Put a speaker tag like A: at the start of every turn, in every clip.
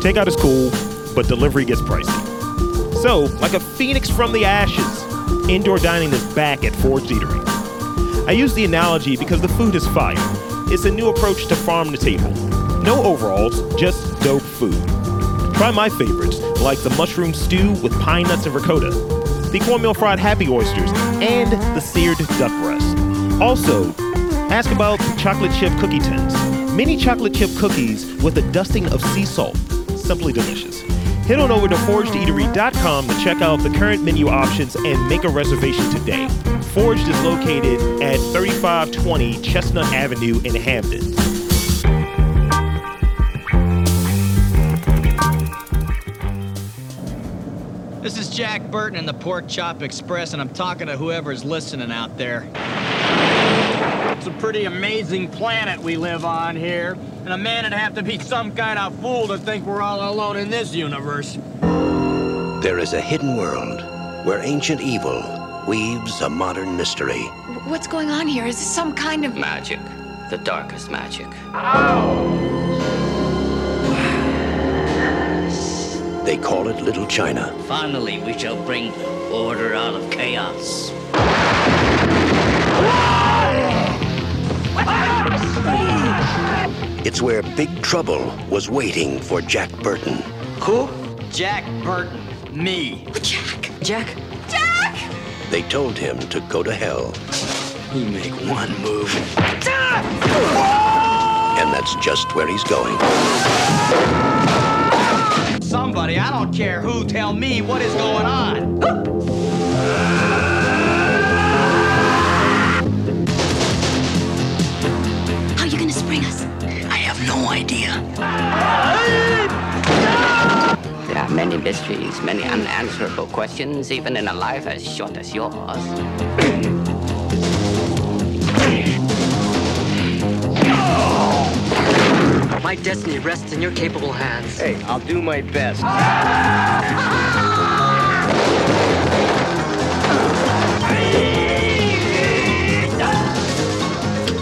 A: Takeout is cool, but delivery gets pricey. So, like a phoenix from the ashes, indoor dining is back at Forged Eatery. I use the analogy because the food is fire. It's a new approach to farm to table. No overalls, just dope food. Try my favorites, like the mushroom stew with pine nuts and ricotta, the cornmeal fried happy oysters, and the seared duck breast. Also, ask about the chocolate chip cookie tins. Mini chocolate chip cookies with a dusting of sea salt. Simply delicious. Head on over to forgedeatery.com to check out the current menu options and make a reservation today. Forged is located at 3520 Chestnut Avenue in Hamden.
B: This is Jack Burton in the Pork Chop Express, and I'm talking to whoever's listening out there. It's a pretty amazing planet we live on here, and a man'd have to be some kind of fool to think we're all alone in this universe.
C: There is a hidden world where ancient evil weaves a modern mystery.
D: What's going on here? Is this some kind of.
E: Magic. The darkest magic.
C: They call it Little China.
E: Finally, we shall bring order out of chaos.
C: It's where big trouble was waiting for Jack Burton.
B: Who? Jack Burton. Me.
D: Jack!
E: Jack,
D: Jack!
C: They told him to go to hell,
E: you make one move.
C: and that's just where he's going.
B: Somebody, I don't care who, tell me what is going on.
D: How are you gonna spring us?
E: I have no idea. There are many mysteries, many unanswerable questions, even in a life as short as yours.
F: My destiny rests in your capable hands.
B: Hey, I'll do my best.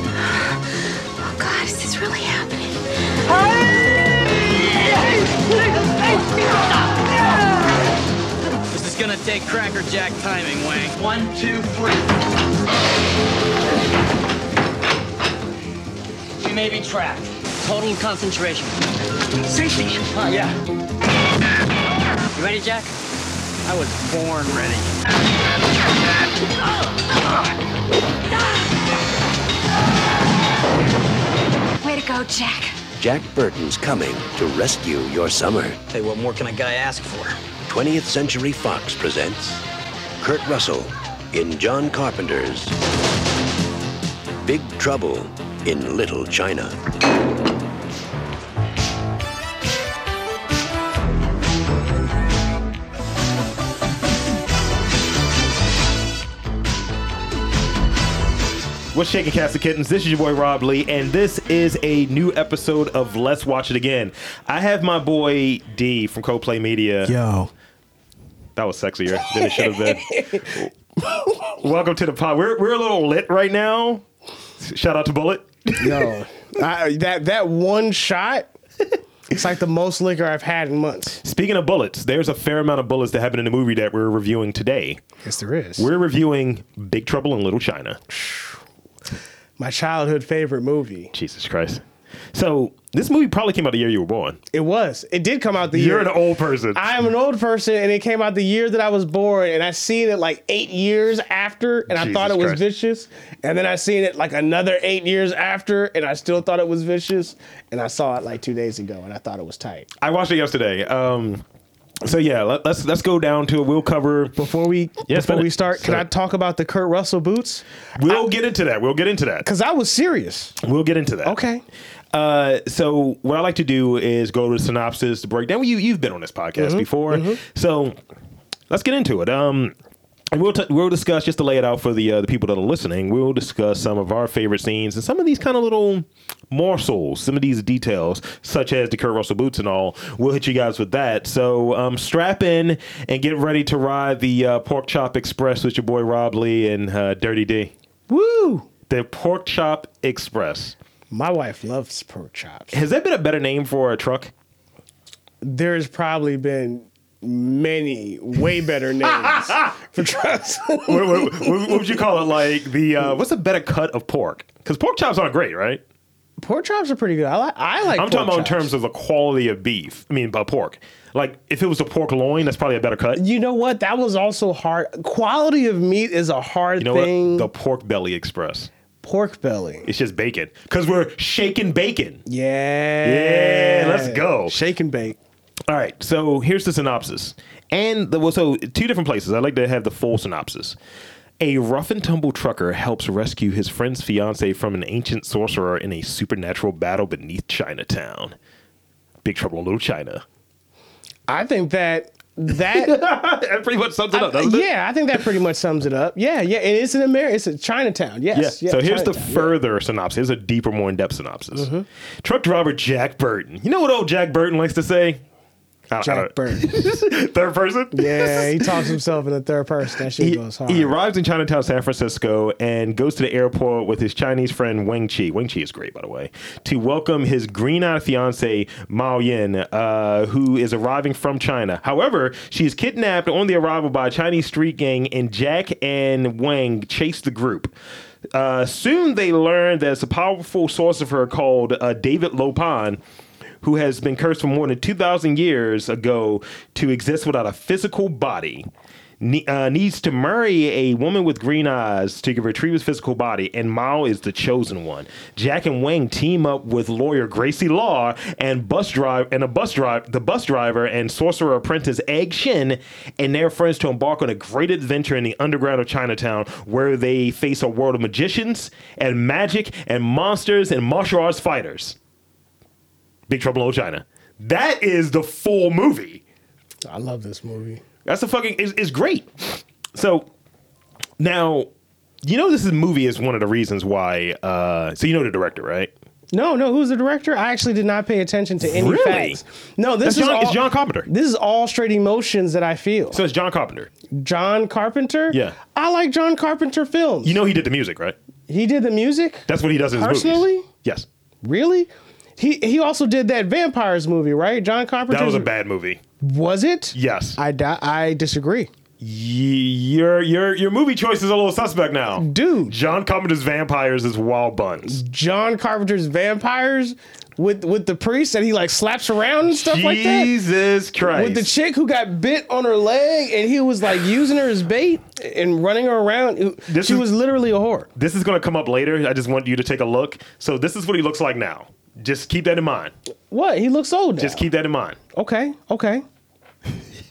D: Oh god, is this really happening?
B: This is gonna take Cracker Jack timing, Wang. One, two, three. We may be trapped.
F: Total concentration.
B: Huh, yeah.
F: You ready, Jack?
B: I was born ready.
D: Way to go, Jack.
C: Jack Burton's coming to rescue your summer.
B: Hey, what more can a guy ask for?
C: 20th Century Fox presents Kurt Russell in John Carpenter's Big Trouble in Little China.
A: What's shaking, Cast of Kittens? This is your boy Rob Lee, and this is a new episode of Let's Watch It Again. I have my boy D from Coplay Media.
G: Yo.
A: That was sexier than it should have been. Welcome to the pod. We're, we're a little lit right now. Shout out to Bullet.
G: Yo. I, that that one shot. It's like the most liquor I've had in months.
A: Speaking of bullets, there's a fair amount of bullets that happen in the movie that we're reviewing today.
G: Yes, there is.
A: We're reviewing Big Trouble in Little China.
G: My childhood favorite movie.
A: Jesus Christ. So, this movie probably came out the year you were born.
G: It was. It did come out the
A: You're
G: year.
A: an old person.
G: I am an old person, and it came out the year that I was born, and I seen it like eight years after, and I
A: Jesus
G: thought it was
A: Christ.
G: vicious, and then I seen it like another eight years after, and I still thought it was vicious, and I saw it like two days ago, and I thought it was tight.
A: I watched it yesterday. Um, so yeah, let, let's let's go down to it. We'll cover.
G: Before we
A: Yes,
G: before we
A: finish.
G: start, can
A: So-
G: I talk about the Kurt Russell boots?
A: We'll get into that. We'll get into that.
G: Cause I was serious.
A: We'll get into that.
G: Okay.
A: Uh, so what I like to do is go to the synopsis, the breakdown. You you've been on this podcast before, so let's get into it. Um, and we'll t- we'll discuss just to lay it out for the uh, the people that are listening. We'll discuss some of our favorite scenes and some of these kind of little morsels, some of these details, such as the Kurt Russell boots and all. We'll hit you guys with that. So um, strap in and get ready to ride the uh, Pork Chop Express with your boy Rob Lee and uh, Dirty D.
G: Woo!
A: The Pork Chop Express.
G: My wife loves pork chops.
A: Has that been a better name for a truck?
G: there's probably been many way better names for trust.
A: what, what- what- what would you call it? Like the uh, what's a better cut of pork? Because pork chops aren't great, right?
G: pork chops are pretty good. I like. I like.
A: I'm
G: pork
A: talking about in
G: chops.
A: terms of the quality of beef. I mean, by pork. Like if it was a pork loin, that's probably a better cut.
G: You know what? That was also hard. Quality of meat is a hard
A: You know
G: thing.
A: what? The pork belly express.
G: pork belly.
A: It's just bacon because we're shaking bacon.
G: Yeah.
A: Yeah, let's go.
G: Shake and bake.
A: All right, so here's the synopsis. And the, well, so two different places. I'd like to have the full synopsis. A rough and tumble trucker helps rescue his friend's fiance from an ancient sorcerer in a supernatural battle beneath Chinatown. Big Trouble in Little China.
G: I think that that
A: that pretty much sums it up, doesn't it?
G: yeah, I think that pretty much sums it up. Yeah, yeah, it is an America. It's a Chinatown. Yes.
A: Yeah.
G: Yeah, Mm-hmm.
A: so here's the
G: Chinatown.
A: further synopsis. Here's a deeper, more in depth synopsis. Truck driver Jack Burton. You know what old Jack Burton likes to say? I don't- I
G: Jack
A: don't-
G: Burton.
A: Third person?
G: Yeah, he talks himself in the third person. That shit
A: he,
G: goes hard.
A: he arrives in Chinatown, San Francisco, and goes to the airport with his Chinese friend Wang Chi. Wang Chi is great, by the way, to welcome his green-eyed fiance Mao Yin, uh, who is arriving from China. However, she is kidnapped on the arrival by a Chinese street gang, and Jack and Wang chase the group. Uh, soon they learn there's a powerful sorcerer called uh, David Lopan who has been cursed for more than 2,000 years ago to exist without a physical body, ne- uh, needs to marry a woman with green eyes to retrieve his physical body, and Mao is the chosen one. Jack and Wang team up with lawyer Gracie Law and bus drive and a bus drive the bus driver and sorcerer apprentice Egg Shin and their friends to embark on a great adventure in the underground of Chinatown, where they face a world of magicians and magic and monsters and martial arts fighters. Big Trouble in Little China. That is the full movie.
G: I love this movie.
A: That's the fucking is is great. So now you know this is movie is one of the reasons why. Uh, so you know the director, right?
G: No, no, who's the director? I actually did not pay attention to any
A: Really?
G: facts. No,
A: That's
G: this is
A: John-
G: all,
A: it's John Carpenter.
G: This is all straight emotions that I feel.
A: So it's John Carpenter.
G: John Carpenter.
A: Yeah.
G: I like John Carpenter films.
A: You know he did the music, right?
G: he did the music.
A: That's what he does in his
G: Personally?
A: movies. Yes,
G: Really? He he also did that vampires movie, right? John Carpenter.
A: that was a bad movie.
G: Was it?
A: Yes,
G: I di- I disagree,
A: Ye- your your your movie choice is a little suspect now,
G: dude.
A: John Carpenter's vampires is wild buns.
G: John Carpenter's vampires with with the priest that he like slaps around and stuff like that.
A: Jesus Christ!
G: With the chick who got bit on her leg and he was like using her as bait and running her around. It-
A: This
G: she
A: is-
G: was literally a whore.
A: This is going to come up later. I just want you to take a look. So this is what he looks like now. Just keep that in mind.
G: What? He looks old. Now.
A: Just keep that in mind.
G: okay, okay.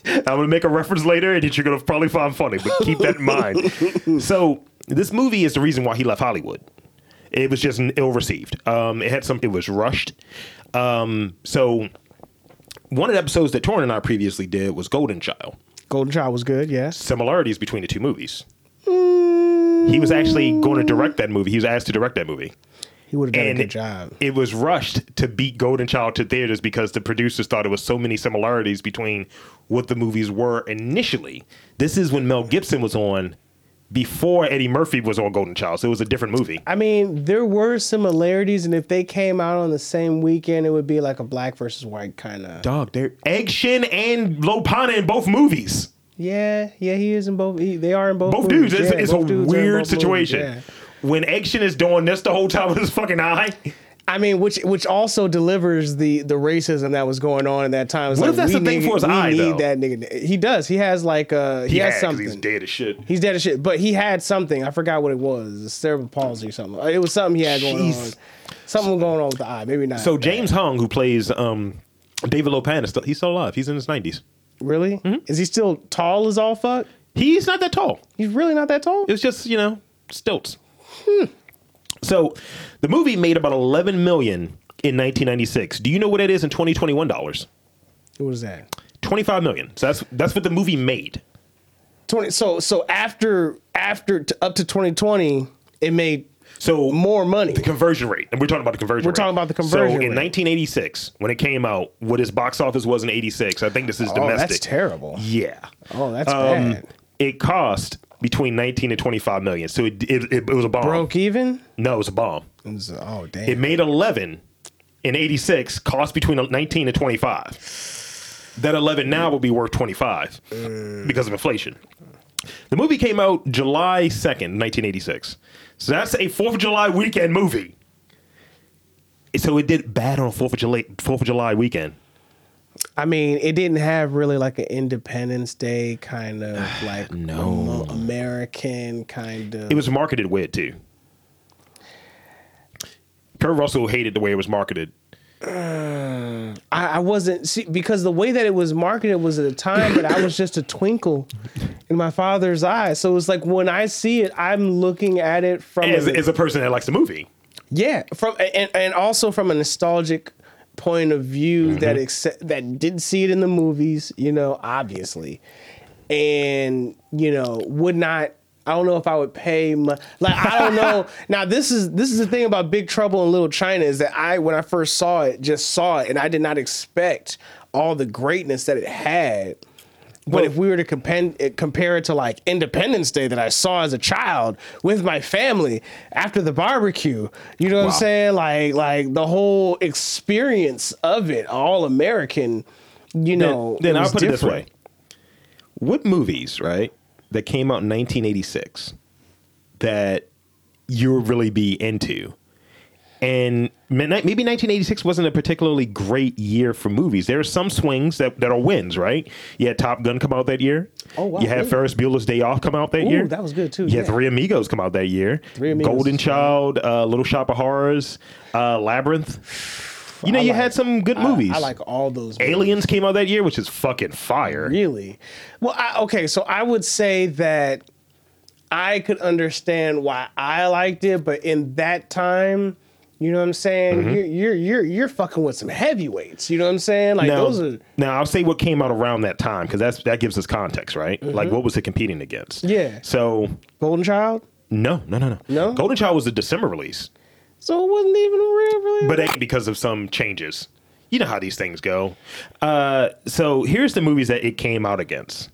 A: I'm going to make a reference later and that you're going to probably find funny, but keep that in mind. So this movie is the reason why he left Hollywood. It was just ill received. Um, it had some. It was rushed. Um, so one of the episodes that Torrin and I previously did was Golden Child.
G: Golden Child was good, yes.
A: Similarities between the two movies. He was actually going to direct that movie. He was asked to direct that movie.
G: He would have done
A: and
G: a good job.
A: It was rushed to beat Golden Child to theaters because the producers thought it was so many similarities between what the movies were initially. This is when Mel Gibson was on before Eddie Murphy was on Golden Child, so it was a different movie.
G: I mean, there were similarities, and if they came out on the same weekend, it would be like a black versus white kind of.
A: Dog, they're Egg Shin and Lopana in both movies.
G: Yeah, yeah, he is in both. He, they are in both.
A: Both
G: movies.
A: dudes. It's,
G: yeah,
A: it's a
G: both dudes are in
A: weird
G: both movies,
A: situation.
G: yeah.
A: When Egg Shin is doing this the whole time with his fucking eye.
G: I mean, which which also delivers the the racism that was going on at that time. It's
A: What
G: like,
A: if that's
G: we
A: the thing
G: need-
A: for his
G: we
A: eye,
G: need
A: though?
G: That nigga, he does. He has like uh, he, has
A: Yeah, 'cause
G: something.
A: He's dead as shit.
G: He's dead as shit, but he had something. I forgot what it was. A cerebral palsy or something. It was something he had going
A: Jeez.
G: on. Something going on with the eye. Maybe not.
A: So James Hung, who plays um, David Lopan, is still, he's still alive. He's in his 90s.
G: really,
A: Hmm?
G: is he still tall as all fuck?
A: He's not that tall.
G: He's really not that tall.
A: It was just, you know, stilts. So the movie made about 11 million in 1996. Do you know what that is in 2021 dollars?
G: What was that?
A: 25 million. So that's that's what the movie made.
G: Twenty. So so after after t- up to twenty twenty, it made
A: So
G: more money.
A: the conversion rate. And we're talking about the conversion
G: We're
A: rate.
G: talking about the conversion
A: So in
G: rate.
A: 1986, when it came out, what its box office was in 86, I think this is
G: Oh,
A: domestic.
G: that's terrible.
A: Yeah.
G: Oh, that's
A: Um,
G: bad.
A: It cost between 19 and 25 million. So it, it, it, it was a bomb.
G: Broke even.
A: No, it was a bomb.
G: It was- oh damn.
A: It made 11 in 86, cost between 19 and 25. that 11 now will be worth 25 because of inflation. The movie came out July 2nd, 1986. So that's a 4th of July weekend movie. So it did bad on 4th of July, 4th of July weekend.
G: I mean, it didn't have really like an Independence Day kind of like
A: No.
G: amo- American kind of.
A: It was marketed weird too. Kurt Russell hated the way it was marketed.
G: I, I wasn't see, because the way that it was marketed was at a time that I was just a twinkle in my father's eye. So it's like when I see it, I'm looking at it from
A: As,
G: a,
A: as a person that likes the movie.
G: yeah, from and, and also from a nostalgic point of view that accept, that didn't see it in the movies, you know, obviously, and you know would not. I don't know if I would pay mu like I don't know. now this is this is the thing about Big Trouble in Little China is that I when I first saw it just saw it and I did not expect all the greatness that it had. But if we were to compare it, compare it to like Independence Day that I saw as a child with my family after the barbecue, you know what
A: Wow.
G: I'm saying? Like like the whole experience of it, all American, you know.
A: then
G: it
A: then I'll
G: was
A: put it this way:
G: different.
A: What movies, right, that came out in 1986 that you would really be into? And may- maybe 1986 wasn't a particularly great year for movies. There are some swings that, that are wins, right? You had Top Gun come out that year.
G: Oh, wow,
A: You had
G: really?
A: Ferris Bueller's Day Off come out that
G: Ooh,
A: year.
G: that was good, too,
A: You had
G: yeah.
A: Three Amigos come out that year.
G: Three Amigos
A: Golden
G: was good.
A: Child, uh, Little Shop of Horrors, uh, Labyrinth. You know,
G: I
A: you
G: like-
A: had some good
G: I-
A: movies.
G: I, like all those movies.
A: Aliens came out that year, which is fucking fire.
G: Really? Well, I, okay, so I would say that I could understand why I liked it, but in that time, you know what I'm saying?
A: Mm-hmm.
G: You're, you're you're you're fucking with some heavyweights. You know what I'm saying? Like
A: now,
G: those are
A: now I'll say what came out around that time because that's that gives us context, right? Like what was it competing against?
G: Mm-hmm. Yeah.
A: So
G: Golden Child.
A: no, no, no, no.
G: No?
A: Golden Child was a December release,
G: So it wasn't even a real, really.
A: but it, because of some changes, you know how these things go. Uh, so here's the movies that it came out against.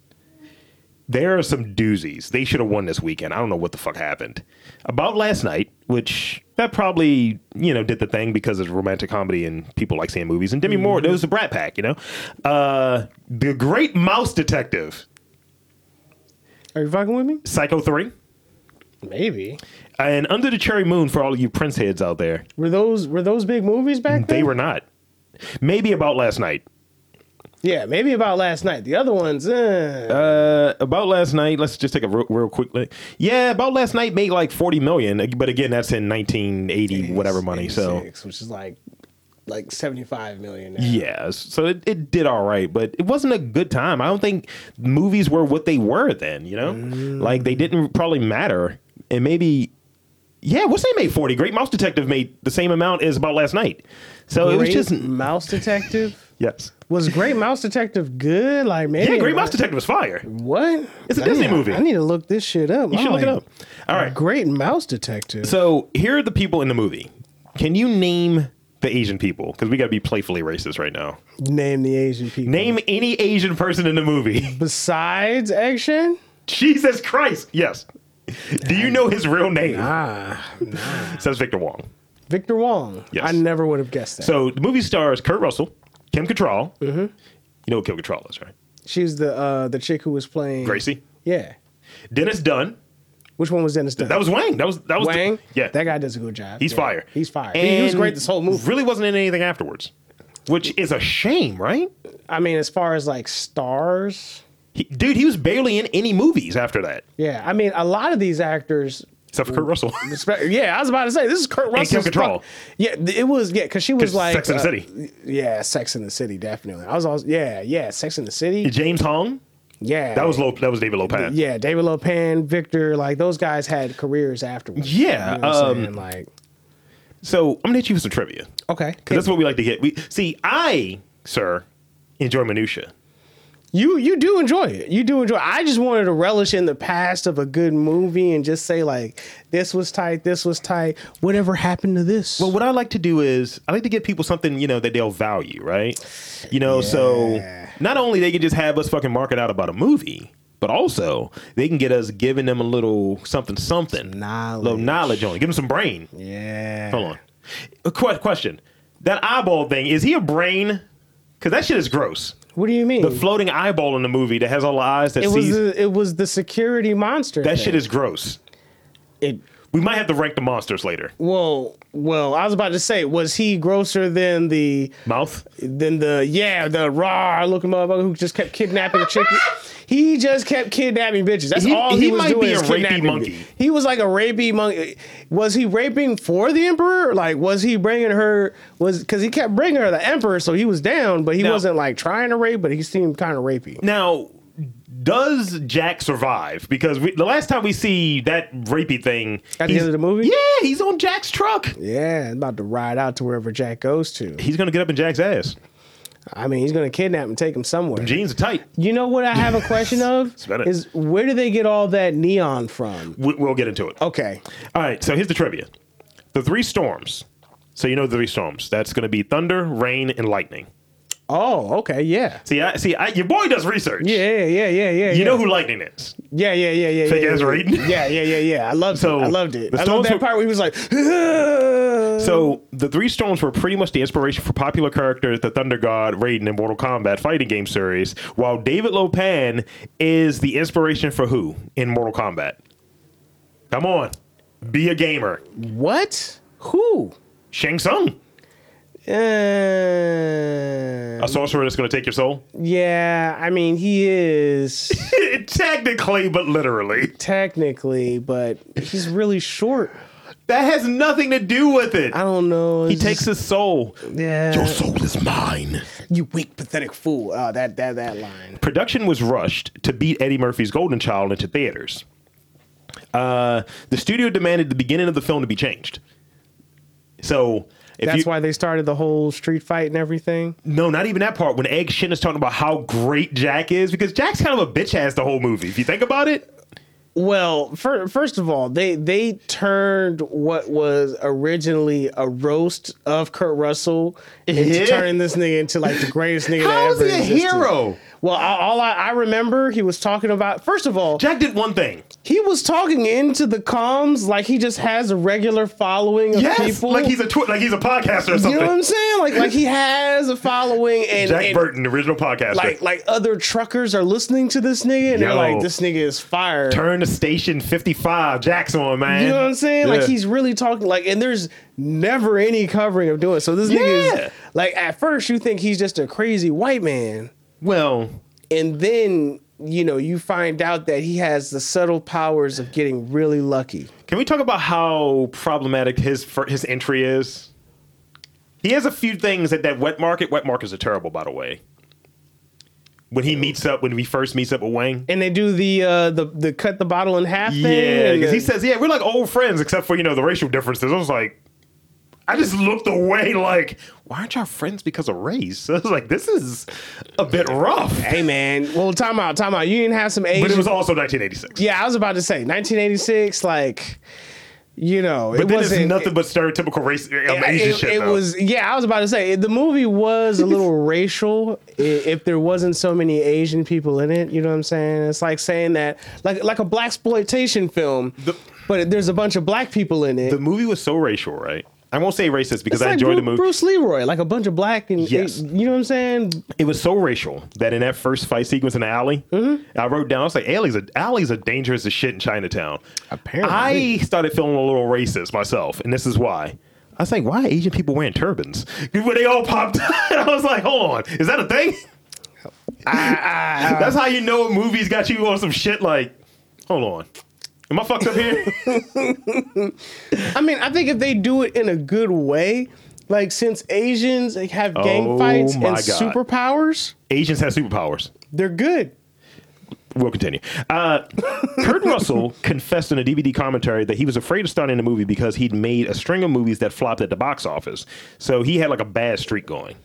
A: There are some doozies. They should have won this weekend. I don't know what the fuck happened. About last night, which that probably, you know, did the thing because it's romantic comedy and people like seeing movies. And Demi Moore, there was the Brat Pack, you know? Uh, the Great Mouse Detective,
G: are you fucking with me?
A: Psycho 3,
G: Maybe.
A: and Under the Cherry Moon for all of you Prince heads out there.
G: Were those were those big movies back then?
A: They were not. Maybe about last night.
G: Yeah, maybe about last night. The other ones, eh.
A: Uh, about last night let's just take a real, real quick look. yeah about last night made like 40 million but again that's in 1980 whatever money so
G: 86, which is like like 75 million. Now.
A: yeah so it, it did all right but it wasn't a good time i don't think movies were what they were then you know like they didn't probably matter and maybe yeah what's they made 40 great mouse detective made the same amount as about last night so Oh, it was
G: Great
A: just
G: Mouse Detective.
A: yes
G: Was Great Mouse Detective good? Like maybe
A: yeah great
G: it
A: mouse
G: was-
A: detective was fire
G: What?
A: It's a
G: I
A: Disney
G: need-
A: movie.
G: I need to look this shit up.
A: you should
G: I'm
A: look it
G: like,
A: up all right
G: Great Mouse Detective.
A: So here are the people in the movie. Can you name the Asian people? Because we got to be playfully racist right now.
G: Name the Asian people.
A: Name any Asian person in the movie.
G: besides action.
A: Jesus Christ. Yes. Do you know his real name?
G: Ah,
A: Says Victor Wong.
G: Victor Wong.
A: Yes.
G: I never would have guessed that.
A: So the movie stars Kurt Russell, Kim Cattrall. Mm-hmm. You know what Kim Cattrall is, right?
G: She's the uh the chick who was playing
A: Gracie.
G: Yeah.
A: Dennis Dunn.
G: Which one was Dennis? Dunn?
A: That was Wang. That was that was the-
G: Wang.
A: yeah.
G: that guy does a good job.
A: He's
G: Yeah.
A: fire.
G: He's fire. He, he was
A: And
G: great this whole movie.
A: Really wasn't in anything afterwards, which is a shame, right?
G: I mean, as far as like stars,
A: He, dude, he was barely in any movies after that,
G: yeah. I mean, a lot of these actors.
A: except for Kurt Russell.
G: spe- Yeah, I was about to say this is Kurt
A: And Kim
G: Russell's
A: Cattrall.
G: fuck- Yeah, th- it was. Yeah, because she was like
A: Sex and the
G: uh,
A: City.
G: Yeah, Sex in the City, definitely. I was also yeah, yeah, Sex in the City.
A: James Hong.
G: Yeah,
A: That was Lo, that was David Lopan.
G: Yeah, David Lopan, Victor, like those guys had careers afterwards.
A: Yeah,
G: you know what I'm
A: um,
G: saying? like
A: So I'm gonna hit you with some trivia because
G: okay,
A: that's what we like to get. We see, I, sir, enjoy minutia.
G: you you do enjoy it. You do enjoy. It. I just wanted to relish in the past of a good movie and just say like this was tight, this was tight. Whatever happened to this?
A: Well, what I like to do is I like to give people something you know that they'll value, right? You know, so
G: Yeah.
A: not only they can just have us fucking market out about a movie, but also they can get us giving them a little something, something,
G: Knowledge.
A: little knowledge on it. Give them some brain.
G: yeah.
A: Hold on. A que- question: That eyeball thing is he a brain? Because that shit is gross.
G: What do you mean?
A: The floating eyeball in the movie that has all the eyes that
G: it was
A: sees.
G: the, it was the security monster.
A: that
G: thing.
A: shit is gross.
G: It,
A: We might have to rank the monsters later.
G: well, well, I was about to say, was he grosser than the
A: Mouth.
G: than the yeah the raw looking motherfucker who just kept kidnapping chickens? He just kept kidnapping bitches. That's
A: He-
G: all
A: he
G: he, was
A: might
G: doing.
A: be
G: is
A: a rapey
G: kidnapping
A: monkey.
G: bi- He was like a rapey monkey. Was he raping for the emperor? Like, was he bringing her? Was because he kept bringing her the emperor, so he was down, but he
A: Now-
G: wasn't like trying to rape, but he seemed kind of rapey.
A: Now, does Jack survive? Because we, the last time we see that rapey thing
G: At the
A: he's-
G: end of the movie?
A: yeah, he's on Jack's truck.
G: Yeah, about to ride out to wherever Jack goes to.
A: He's gonna get up in Jack's ass.
G: I mean, he's gonna kidnap and take him somewhere.
A: Jeans are tight.
G: You know what I have a question of
A: Spin it.
G: is where do they get all that neon from?
A: We, we'll get into it.
G: Okay,
A: All right, so here's the trivia: the three storms. So you know the three storms. That's gonna be thunder, rain, and lightning.
G: oh, okay, yeah,
A: See, I see. I, your boy does research.
G: yeah, yeah, yeah, yeah.
A: You
G: yeah.
A: know who lightning is?
G: Yeah, yeah, yeah, yeah.
A: Fake
G: yeah,
A: ass
G: yeah.
A: reading.
G: Yeah, yeah, yeah, yeah. I loved
A: So,
G: it. I loved it.
A: the
G: I
A: stones
G: loved that
A: were-
G: part where he was like, so
A: So the three storms were pretty much the inspiration for popular characters, the Thunder God, Raiden, in Mortal Kombat fighting game series. While David Lopan is the inspiration for who in Mortal Kombat? Come on, be a gamer.
G: what? Who?
A: Shang Tsung,
G: Uh,
A: a sorcerer that's going to take your soul.
G: yeah, I mean he is
A: Technically, but literally,
G: technically, but he's really short.
A: that has nothing to do with it.
G: I don't know.
A: He
G: It's
A: takes his soul.
G: Yeah.
A: Your soul is mine.
G: You weak, pathetic fool. Oh, that that that line.
A: Production was rushed to beat Eddie Murphy's Golden Child into theaters. Uh, the studio demanded the beginning of the film to be changed. So, if
G: That's
A: you,
G: why they started the whole street fight and everything.
A: no, not even that part. When Egg Shin is talking about how great Jack is, because Jack's kind of a bitch ass the whole movie. If you think about it,
G: Well, fir- first of all, they they turned what was originally a roast of Kurt Russell into
A: Yeah.
G: turning this nigga into like the greatest nigga
A: How
G: that
A: is
G: ever
A: he a
G: existed.
A: hero?
G: Well, I, all I, I remember he was talking about. First of all,
A: Jack did one thing.
G: he was talking into the comms like he just has a regular following of
A: Yes,
G: people.
A: like he's a twi- like he's a podcaster or
G: you
A: something.
G: know what I'm saying? Like like he has a following and,
A: Jack
G: and
A: Burton, the original podcaster.
G: like like other truckers are listening to this nigga and
A: Yo.
G: they're like, this nigga is fire.
A: Turn to station 55. Jack's on, man.
G: You know what I'm saying?
A: Yeah.
G: Like he's really talking like, and there's never any covering of doing. it. So this nigga
A: Yeah.
G: is like, at first you think he's just a crazy white man,
A: well,
G: and then you know you find out that he has the subtle powers of getting really lucky.
A: Can we talk about how problematic his fir- his entry is? He has a few things at that wet market. Wet markets are terrible, by the way. When he meets up, when he first meets up with Wang.
G: And they do the uh, the the cut the bottle in half thing.
A: Yeah,
G: and
A: because he
G: the-
A: says, "Yeah, we're like old friends, except for you know the racial differences." I was like, I just looked away, like, why aren't y'all friends because of race? I was like, this is a bit rough.
G: Hey man, well time out, time out. You didn't have some Asian.
A: But it was also 1986.
G: yeah, I was about to say 1986. Like, you know,
A: But
G: it
A: then it's
G: wasn't
A: nothing but stereotypical race um,
G: Yeah,
A: Asian
G: it,
A: shit.
G: it
A: though.
G: was yeah i was about to say the movie was a little racial i- if there wasn't so many asian people in it you know what i'm saying it's like saying that like like a black exploitation film
A: The-
G: but there's a bunch of black people in it
A: the movie was so racial, right? I won't say racist because
G: it's
A: I
G: like
A: enjoyed
G: Bru-
A: the movie.
G: Bruce Leroy, like a bunch of black and
A: Yes.
G: you know what I'm saying.
A: It was so racial that in that first fight sequence in the alley,
G: Mm-hmm.
A: I wrote down, I was like, alley's are, alley's are dangerous as shit in Chinatown.
G: Apparently.
A: I started feeling a little racist myself, and this is why. I was like, why are Asian people wearing turbans? When they all popped out, I was like, hold on, is that a thing?
G: Ah,
A: That's how you know a movie's got you on some shit like, hold on. Am I fucked up here?
G: I mean, I think if they do it in a good way, like since Asians have gang
A: Oh
G: fights and
A: my God.
G: superpowers,
A: Asians have superpowers.
G: they're good.
A: We'll continue. Uh, Kurt Russell confessed in a DVD commentary that he was afraid of starting the movie because he'd made a string of movies that flopped at the box office. So he had like a bad streak going.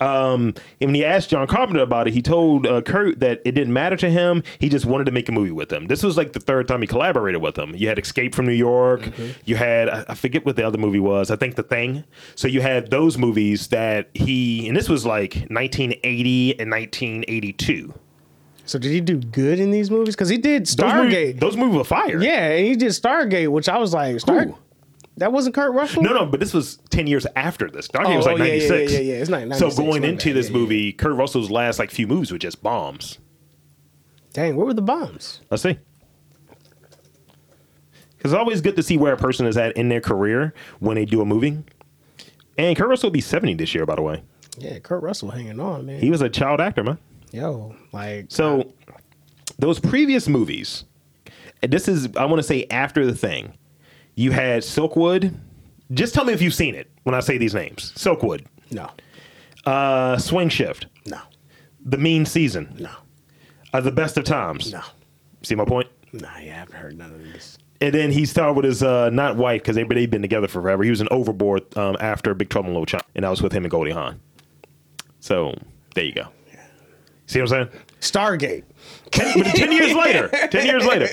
A: Um, and when he asked John Carpenter about it, he told uh, Kurt that it didn't matter to him. He just wanted to make a movie with him. This was like the third time he collaborated with him. You had Escape from New York. You had I I forget what the other movie was. I think The Thing. So you had those movies that he and this was like 1980 and 1982.
G: So did he do good in these movies? Because he did
A: Those
G: Stargate.
A: movies, those movies were fire.
G: Yeah, and he did Stargate, which I was like, Star-
A: Who?
G: That wasn't Kurt Russell.
A: No, no, but this was 10 years after this. Dark Knight
G: Oh,
A: was like
G: oh, yeah, yeah,
A: 96.
G: yeah, yeah, yeah. It's like
A: So
G: 96,
A: going
G: my
A: into
G: bad.
A: this
G: Yeah, yeah,
A: movie, Kurt Russell's last like few moves were just bombs.
G: Dang, where were the bombs?
A: Let's see. Because it's always good to see where a person is at in their career when they do a movie. And Kurt Russell will be 70 this year, by the way.
G: Yeah, Kurt Russell hanging on, man.
A: He was a child actor, man.
G: Yo, like
A: So those previous movies, and this is I want to say after the thing, you had Silkwood. Just tell me if you've seen it when I say these names. Silkwood,
G: no,
A: uh, Swing Shift,
G: no,
A: The Mean Season,
G: no,
A: uh, The Best of Times.
G: no,
A: See my point?
G: nah. Yeah, I haven't heard none of this.
A: And then he started with his uh, not wife because they they've been together forever. He was in Overboard um, after Big Trouble in Little China, and I was with him and Goldie Hawn. So there you go. See what I'm saying?
G: Stargate.
A: Ten, but ten years later. Ten years later.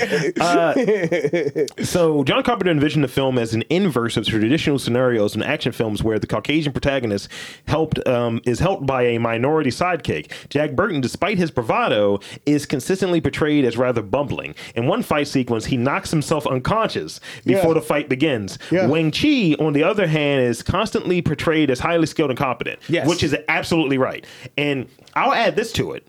A: Uh, so John Carpenter envisioned the film as an inverse of traditional scenarios in action films where the Caucasian protagonist helped um, is helped by a minority sidekick. Jack Burton, despite his bravado, is consistently portrayed as rather bumbling. In one fight sequence, he knocks himself unconscious before
G: Yeah.
A: the fight begins.
G: Yeah.
A: Wang Chi, on the other hand, is constantly portrayed as highly skilled and competent,
G: Yes.
A: which is absolutely right. And I'll add this to it.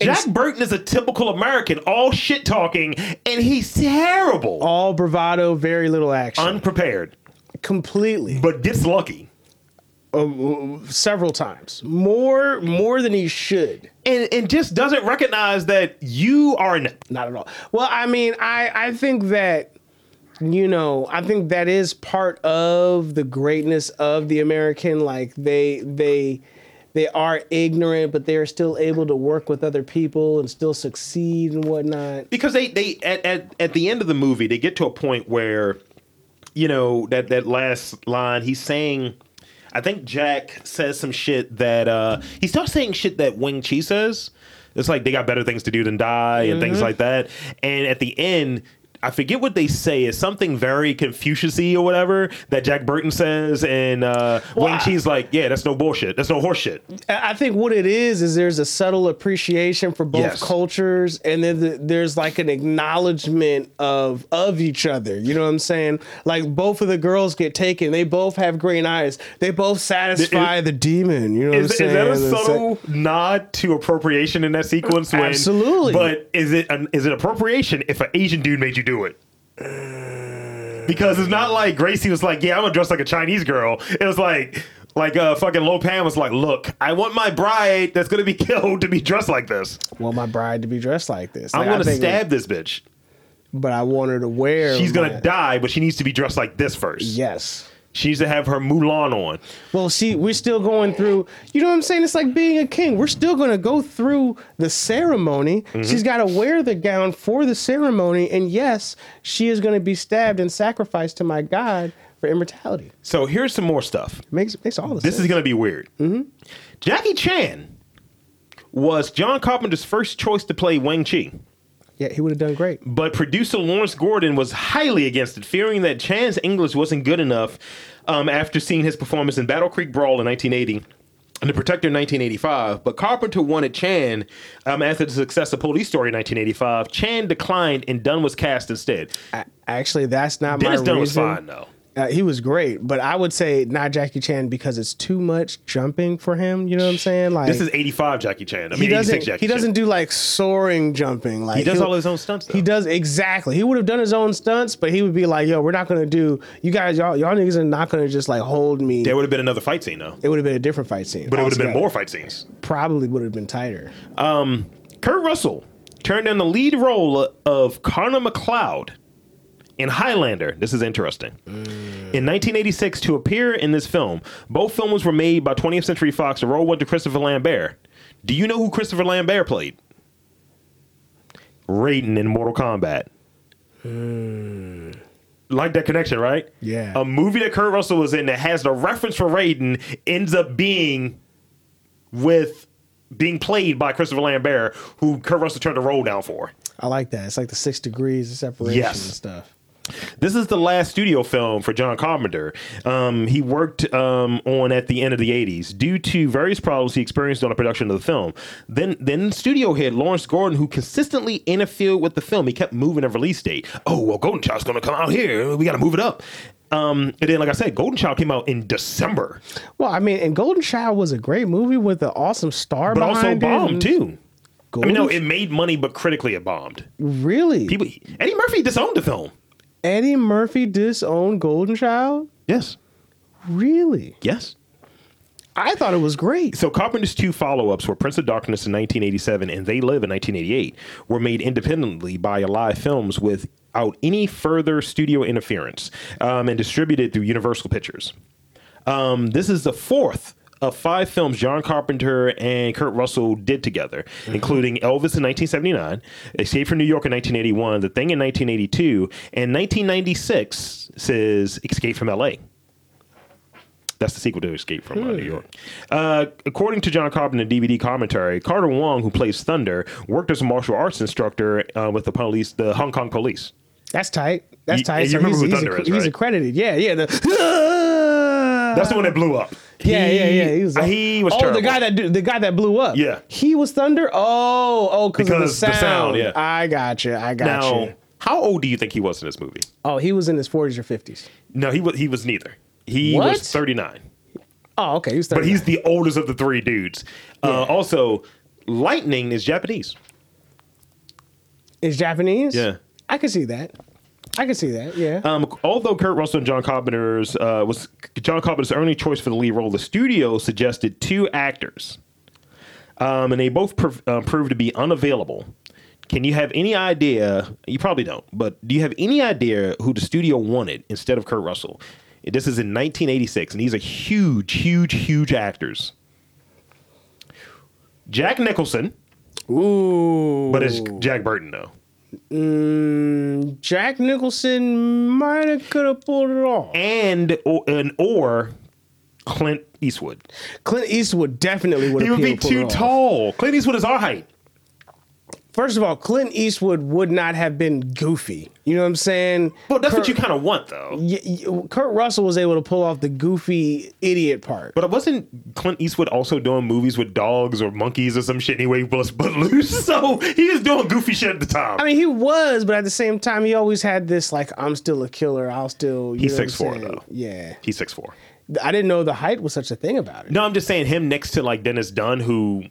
A: Jack Burton is a typical American, all shit talking, and he's terrible,
G: All bravado, very little action.
A: unprepared,
G: Completely,
A: but gets lucky.
G: several times, more more than he should.
A: And, and just doesn't recognize that you are an
G: Not at all. Well, I mean, I I think that you know, I think that is part of the greatness of the American. Like they they they are ignorant, but they are still able to work with other people and still succeed and whatnot.
A: because they they at, at at the end of the movie they get to a point where you know that that last line he's saying i think jack says some shit that uh he starts saying shit that wing chi says it's like they got better things to do than die and things like that and at the end I forget what they say. It's something very Confuciusy or whatever that Jack Burton says, and uh, Wing
G: I-
A: Chi's like, "Yeah, that's no bullshit. That's no horseshit."
G: I I think what it is is there's a subtle appreciation for both
A: Yes.
G: cultures, and then the, there's like an acknowledgement of of each other. You know what I'm saying? Like both of the girls get taken. They both have green eyes. They both satisfy the demon. You know
A: Is,
G: what I'm
A: is
G: saying?
A: that a
G: It's like-
A: subtle nod to appropriation in that sequence? When,
G: Absolutely.
A: But is it an, is it appropriation if an Asian dude made you do it? Because it's not like Gracie was like, "Yeah, I'm gonna dress like a Chinese girl." It was like, like uh, fucking Lopan was like, "Look, I want my bride that's gonna be killed to be dressed like this.
G: want my bride to be dressed like this.
A: I'm
G: Like, I
A: gonna
G: think-
A: stab this bitch.
G: but I want her to wear.
A: She's gonna
G: my-
A: die, but she needs to be dressed like this first.
G: Yes.
A: She needs to have her Mulan on.
G: Well, see, we're still going through. You know what I'm saying? It's like being a king. We're still going to go through the ceremony.
A: Mm-hmm.
G: She's got to wear the gown for the ceremony, and yes, she is going to be stabbed and sacrificed to my god for immortality.
A: So here's some more stuff.
G: Makes makes all the
A: This is
G: sense.
A: going to be weird.
G: Mm-hmm.
A: Jackie Chan was John Carpenter's first choice to play Wang Chi,
G: yeah, he would have done great.
A: but producer Lawrence Gordon was highly against it, fearing that Chan's English wasn't good enough um, after seeing his performance in Battle Creek Brawl in 1980. And the Protector in 1985, but Carpenter wanted Chan um, after the success of Police Story in 1985. Chan declined, and Dunn was cast instead.
G: A- Actually, that's not
A: Dennis
G: my
A: Dunn was
G: reason.
A: fine though.
G: Uh, he was great, but I would say not Jackie Chan because it's too much jumping for him. You know what I'm saying? Like
A: This is 85 Jackie Chan. I mean, 86
G: he doesn't.
A: Jackie
G: He
A: Chan.
G: doesn't do like soaring jumping. Like
A: He does
G: he'll-
A: all his own stunts. Though.
G: He does exactly. He would have done his own stunts, but he would be like, "Yo, we're not gonna do you guys. Y'all, y'all niggas are not gonna just like hold me."
A: There would have been another fight scene though,
G: it would have been a different fight scene,
A: but it would have been
G: altogether.
A: more fight scenes.
G: Probably would have been tighter.
A: Kurt Russell turned down the lead role of Connor McLeod in Highlander. This is interesting. In 1986, to appear in this film, both films were made by 20th Century Fox. The role went to Christopher Lambert. Do you know who Christopher Lambert played? Raiden in Mortal Kombat. Like that connection, right?
G: Yeah.
A: A movie that Kurt Russell was in that has the reference for Raiden ends up being with being played by Christopher Lambert, who Kurt Russell turned the role down for.
G: I like that. It's like the six degrees of separation
A: Yes.
G: and stuff.
A: This is the last studio film for John Carpenter. Um, he worked um, on at the end of the '80s due to various problems he experienced on the production of the film. Then, then studio head Lawrence Gordon, who consistently interfered with the film, he kept moving a release date. Oh well, Golden Child's going to come out here. We got to move it up. Um, and then, like I said, Golden Child came out in December,
G: Well, I mean, and Golden Child was a great movie with an awesome star,
A: but also
G: behind it
A: bombed
G: and-
A: too. I mean, no, it
G: Golden-
A: made money, but critically it bombed.
G: really.
A: People, Eddie Murphy disowned the film.
G: Eddie Murphy disowned Golden Child.
A: Yes,
G: Really,
A: yes.
G: I thought it was great.
A: So Carpenter's two follow-ups were Prince of Darkness in 1987 and They Live in 1988 were made independently by Alive Films without any further studio interference um, and distributed through Universal Pictures. Um, this is the fourth of five films John Carpenter and Kurt Russell did together, including Elvis in 1979, Escape from New York in 1981, The Thing in 1982, and 1996 says Escape from L.A. That's the sequel to Escape from uh,
G: Hmm.
A: New York. Uh, according to John Carpenter DVD commentary, Carter Wong, who plays Thunder, worked as a martial arts instructor uh, with the police, the Hong Kong police.
G: That's tight. That's
A: You-
G: tight.
A: you remember who
G: he's,
A: Thunder is,
G: he's, he's
A: right?
G: accredited. Yeah, yeah. The,
A: That's the one that blew up.
G: yeah, yeah, yeah. He was.
A: uh,
G: like-
A: he was
G: oh,
A: terrible.
G: the guy that do- the guy that blew up.
A: Yeah.
G: he was Thunder. Oh, oh, because of the
A: Because the
G: sound.
A: sound, yeah.
G: I got you. I got
A: now,
G: you.
A: how old do you think he was in this movie?
G: Oh, he was in his forties or fifties.
A: No, he was. He was neither. He
G: What?
A: was thirty nine.
G: Oh, okay. He was
A: but
G: 39.
A: he's the oldest of the three dudes. Uh, also, lightning is Japanese.
G: is Japanese.
A: Yeah.
G: I can see that. I can see that. Yeah.
A: Um, although Kurt Russell and John Carpenter's uh, was John Carpenter's only choice for the lead role, the studio suggested two actors, um, and they both prov- uh, proved to be unavailable. Can you have any idea? You probably don't, but do you have any idea who the studio wanted instead of Kurt Russell? This is in 1986, and these are huge, huge, huge actors. Jack Nicholson,
G: Ooh.
A: Uh, but it's Jack Burton though.
G: Mm, Jack Nicholson might have could have pulled it off.
A: and or, and or Clint Eastwood.
G: Clint Eastwood definitely would
A: He
G: have.
A: would be
G: pulled it
A: too
G: off.
A: tall. Clint Eastwood is our height.
G: First of all, Clint Eastwood would not have been goofy. You know what I'm saying?
A: Well, that's what
G: Kurt-
A: you kind of want though.
G: Y- y- Kurt Russell was able to pull off the goofy idiot part.
A: But wasn't Clint Eastwood also doing movies with dogs or monkeys or some shit anyway? He was but loose, so he was doing goofy shit at the time.
G: I mean, he was, but at the same time, he always had this like, "I'm still a killer. I'll still." You
A: He's
G: know what I'm
A: 6'4"
G: saying?
A: though.
G: Yeah,
A: He's six four.
G: I didn't know the height was such a thing about it.
A: No, I'm just saying him next to like Dennis Dunn, who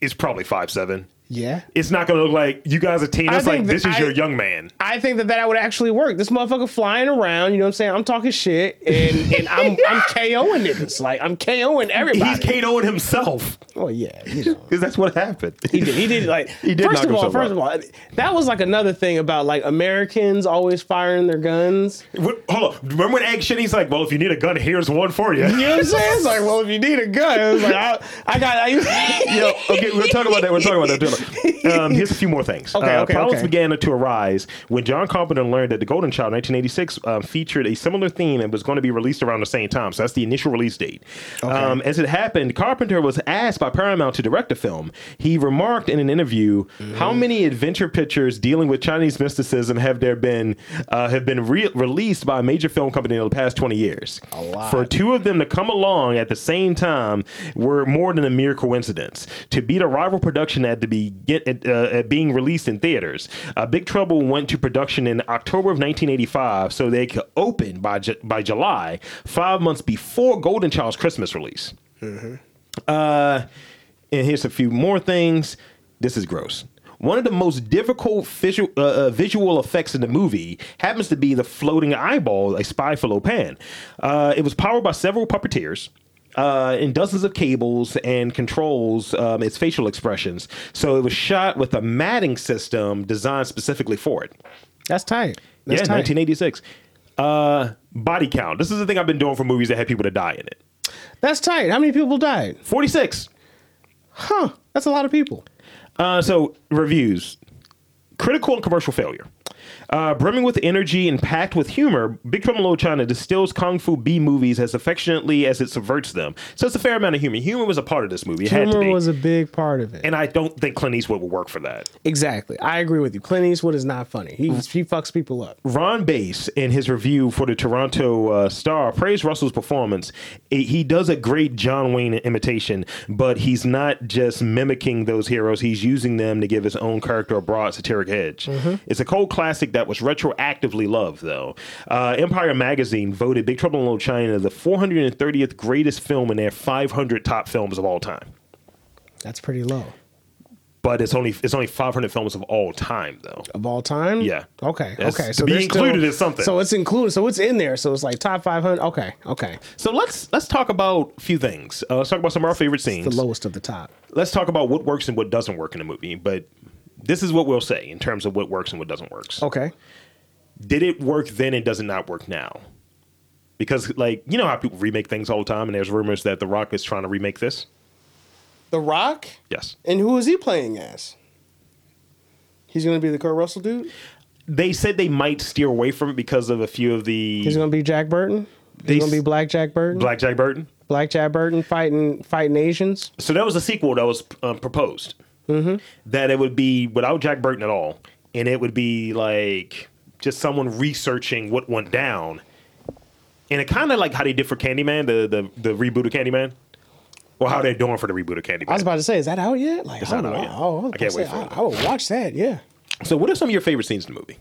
A: is probably five seven.
G: Yeah,
A: It's not gonna look like you guys are team.
G: I
A: It's like
G: think
A: this
G: that
A: is
G: I-
A: your young man.
G: I think that that would actually work. This motherfucker flying around, you know what I'm saying? I'm talking shit and, and I'm I'm KOing niggas. Like I'm KOing everybody.
A: He's KOing himself
G: oh yeah, you know.
A: because that's what happened.
G: He did. He did like.
A: He did knock
G: first of all,
A: himself
G: first
A: out.
G: of all, that was like another thing about like Americans always firing their guns.
A: What, hold on. Remember when Egg shit? He's like, well, if you need a gun, here's one for you.
G: You know what I'm saying? It's like, well, if you need a gun, it was like I, I got. I used,
A: Yo, uh, okay, we'll talk about that. We'll talk about that. too. Um, here's a few more things. Uh,
G: Okay, okay,
A: problems
G: okay.
A: began to arise when John Carpenter learned that The Golden Child, 1986, um, featured a similar theme and was going to be released around the same time. So that's the initial release date. Um, as it happened, Carpenter was asked by Paramount to direct the film. He remarked in an interview,
G: Mm.
A: "How many adventure pictures dealing with Chinese mysticism have there been uh, have been re- released by a major film company in the past 20 years? A lot. For two of them to come along at the same time were more than a mere coincidence. To beat a rival production at the be get, at, uh, at being released in theaters, uh, Big Trouble went to production in October of 1985, so they could open by Ju- by July, five months before Golden Child's Christmas release. Uh, and here's a few more things. This is gross. One of the most difficult visual, uh, uh, visual effects in the movie happens to be the floating eyeball, a spy for Lopan. Uh, it was powered by several puppeteers uh, and dozens of cables and controls um, its facial expressions. So it was shot with a matting system designed specifically for it.
G: That's tight.
A: yeah, 1986. Uh, body count. This is the thing I've been doing for movies that had people to die in it.
G: That's tight. How many people died?
A: 46.
G: Huh? That's a lot of people.
A: Uh, so reviews, critical and commercial failure. Uh, brimming with energy and packed with humor, Big Trouble in Little China distills kung fu B movies as affectionately as it subverts them. So it's a fair amount of humor. Humor was a part of this movie. It had to
G: Humor
A: be.
G: was a big part of it.
A: and I don't think Clint Eastwood would work for that.
G: exactly. I agree with you. Clint Eastwood is not funny. He
A: Mm.
G: he fucks people up.
A: Ron Bass, in his review for the Toronto uh, Star, praised Russell's performance. It- he does a great John Wayne imitation, but he's not just
G: Mm-hmm.
A: mimicking those heroes, he's using them to give his own character a broad satiric edge. It's a cold classic classic that was retroactively loved, though. Uh, Empire Magazine voted Big Trouble in Little China the 430th greatest film in their 500 top films of all time.
G: That's pretty low
A: But it's only it's only 500 films of all time, though.
G: of all time.
A: Yeah.
G: Okay.
A: That's-
G: okay.
A: to be
G: there's
A: included is something.
G: So it's included. So it's in there. So it's like top 500. Okay. Okay.
A: So let's let's talk about a few things. Uh, let's talk about some of our favorite scenes.
G: The lowest of the top.
A: let's talk about what works and what doesn't work in a movie. But this is what we'll say in terms of what works and what doesn't work.
G: Okay.
A: Did it work then and does it not work now? Because like you know how people remake things all the time, and there's rumors that The Rock is trying to remake this.
G: The Rock.
A: Yes,
G: And who is he playing as? He's gonna be the Kurt Russell dude.
A: they said they might steer away from it because of a few of the
G: He's gonna be Jack Burton.
A: They
G: He's gonna be
A: s-
G: Black Jack Burton.
A: Black Jack Burton.
G: Black Jack Burton fighting fighting Asians.
A: So that was a sequel that was um, proposed.
G: Mm-hmm.
A: That it would be without Jack Burton at all, and it would be like just someone researching what went down. And it kind of like how they did for Candyman, the the the reboot of Candyman, or how they're doing for the reboot of Candyman.
G: I was about to say, is that out yet? Like,
A: It's
G: oh,
A: not out
G: wow.
A: yet.
G: Oh, I, was
A: I can't
G: about to
A: wait
G: say,
A: for
G: I-
A: it.
G: I would watch that. Yeah.
A: so, what are some of your favorite scenes in the movie?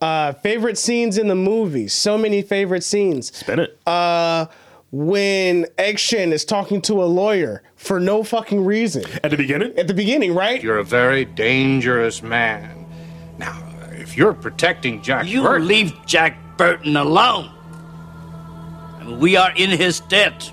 G: Uh, favorite scenes in the movie. So many favorite scenes.
A: Spin it.
G: Uh, when Egg Shen is talking to a lawyer for no fucking reason
A: At the beginning,
G: at the beginning, right?
H: You're a very dangerous man. Now, if you're protecting Jack
I: You
H: Burton,
I: leave Jack Burton alone. I mean, we are in his debt.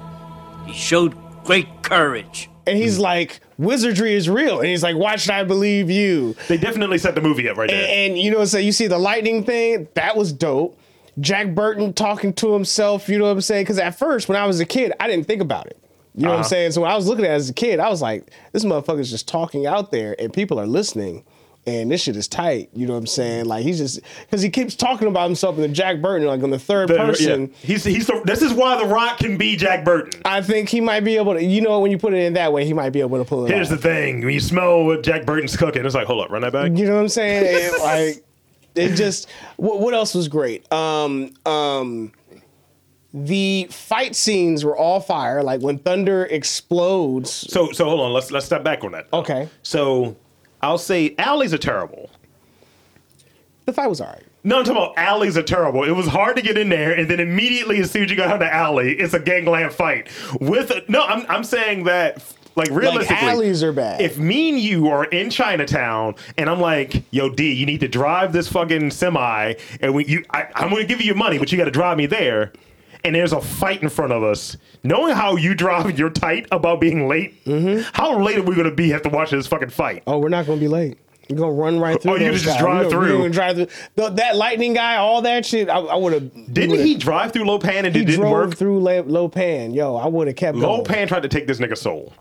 I: He showed great courage.
G: And
A: Hmm.
G: he's like, wizardry is real. And he's like, why should I believe you?
A: they definitely set the movie up right there.
G: And, and you know, so you see the lightning thing, that was dope. Jack Burton talking to himself, you know what I'm saying? Because at first, when I was a kid, I didn't think about it. You know what I'm
A: Uh-huh.
G: saying? So when I was looking at it as a kid, I was like, this motherfucker's just talking out there and people are listening. And this shit is tight, you know what I'm saying? Like he's just because he keeps talking about himself in the Jack Burton, like on the third
A: The-
G: person.
A: yeah. He's he's the, this is why The Rock can be Jack Burton.
G: I think he might be able to. You know, when you put it in that way, he might be able to pull it
A: Here's the
G: off.
A: thing: when you smell what Jack Burton's cooking, it's like, hold up, run that back.
G: you know what I'm saying? It, like, it just. What, what else was great? Um, um, the fight scenes were all fire. Like when thunder explodes.
A: So so hold on, let's let's step back on that. though.
G: Okay.
A: So I'll say alleys are terrible.
G: The fight was alright.
A: No, I'm talking about alleys are terrible. It was hard to get in there, and then immediately as soon as you got out of the alley, it's a gangland fight. With a, no, I'm I'm saying that like realistically,
G: alleys are bad.
A: If me and you are in Chinatown, and I'm like, yo, D, you need to drive this fucking semi, and we you, I, I'm gonna give you your money, but you got to drive me there. And there's a fight in front of us. Knowing how you drive, and you're tight about being late. How late are we gonna be after watching this fucking fight?
G: Oh, we're not gonna be late. You're gonna run right through.
A: Oh, you
G: those
A: just
G: guys.
A: drive
G: We're gonna- we're
A: through.
G: gonna drive through. Th- that lightning guy, all that shit. I, I would have.
A: Didn't he drive through Lopan and
G: He
A: it didn't
G: drove
A: work?
G: through Le- Lopan. Yo, I would have kept going.
A: Lopan tried to take this nigga's soul.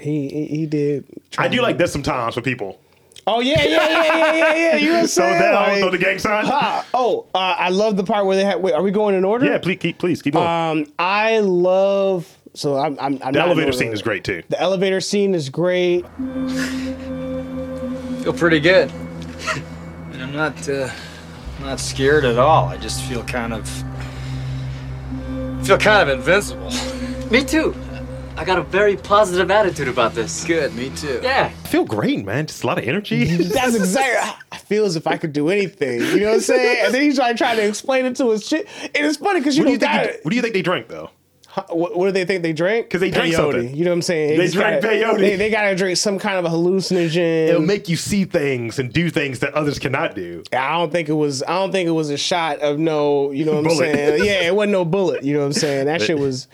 G: He he, he did.
A: I do like this sometimes for people.
G: Oh yeah, yeah, yeah, yeah, yeah, yeah. You know what I'm
A: So
G: saying?
A: that I don't
G: Like,
A: throw the gang sign.
G: ah, oh, uh, I love the part where they had. Wait, are we going in order?
A: Yeah, please keep please keep going.
G: Um, I love. So I'm. I'm, I'm
A: the elevator scene is great too.
G: The elevator scene is great.
B: Feel pretty good. and I'm not uh, not scared at all. I just feel kind of feel kind of invincible.
F: Me too. I got a very positive attitude about this.
B: Good, me too.
F: Yeah.
A: I feel great, man. Just a lot of energy.
G: That's exactly. I feel as if I could do anything. You know what I'm saying? And then he's like trying to explain it to his shit. And it's funny because you
A: what do
G: don't
A: you think?
G: got
A: they-
G: it.
A: What do you think they drank though?
G: What, what do they think they drank?
A: 'Cause they drank
G: Peyote.
A: something.
G: You know what I'm saying?
A: They
G: just
A: drank
G: gotta-
A: peyote.
G: They, they gotta drink some kind of a hallucinogen.
A: It'll make you see things and do things that others cannot do.
G: I don't think it was. I don't think it was a shot of no. You know what I'm
A: Bullet.
G: saying? Yeah, it wasn't no bullet. You know what I'm saying? That shit was.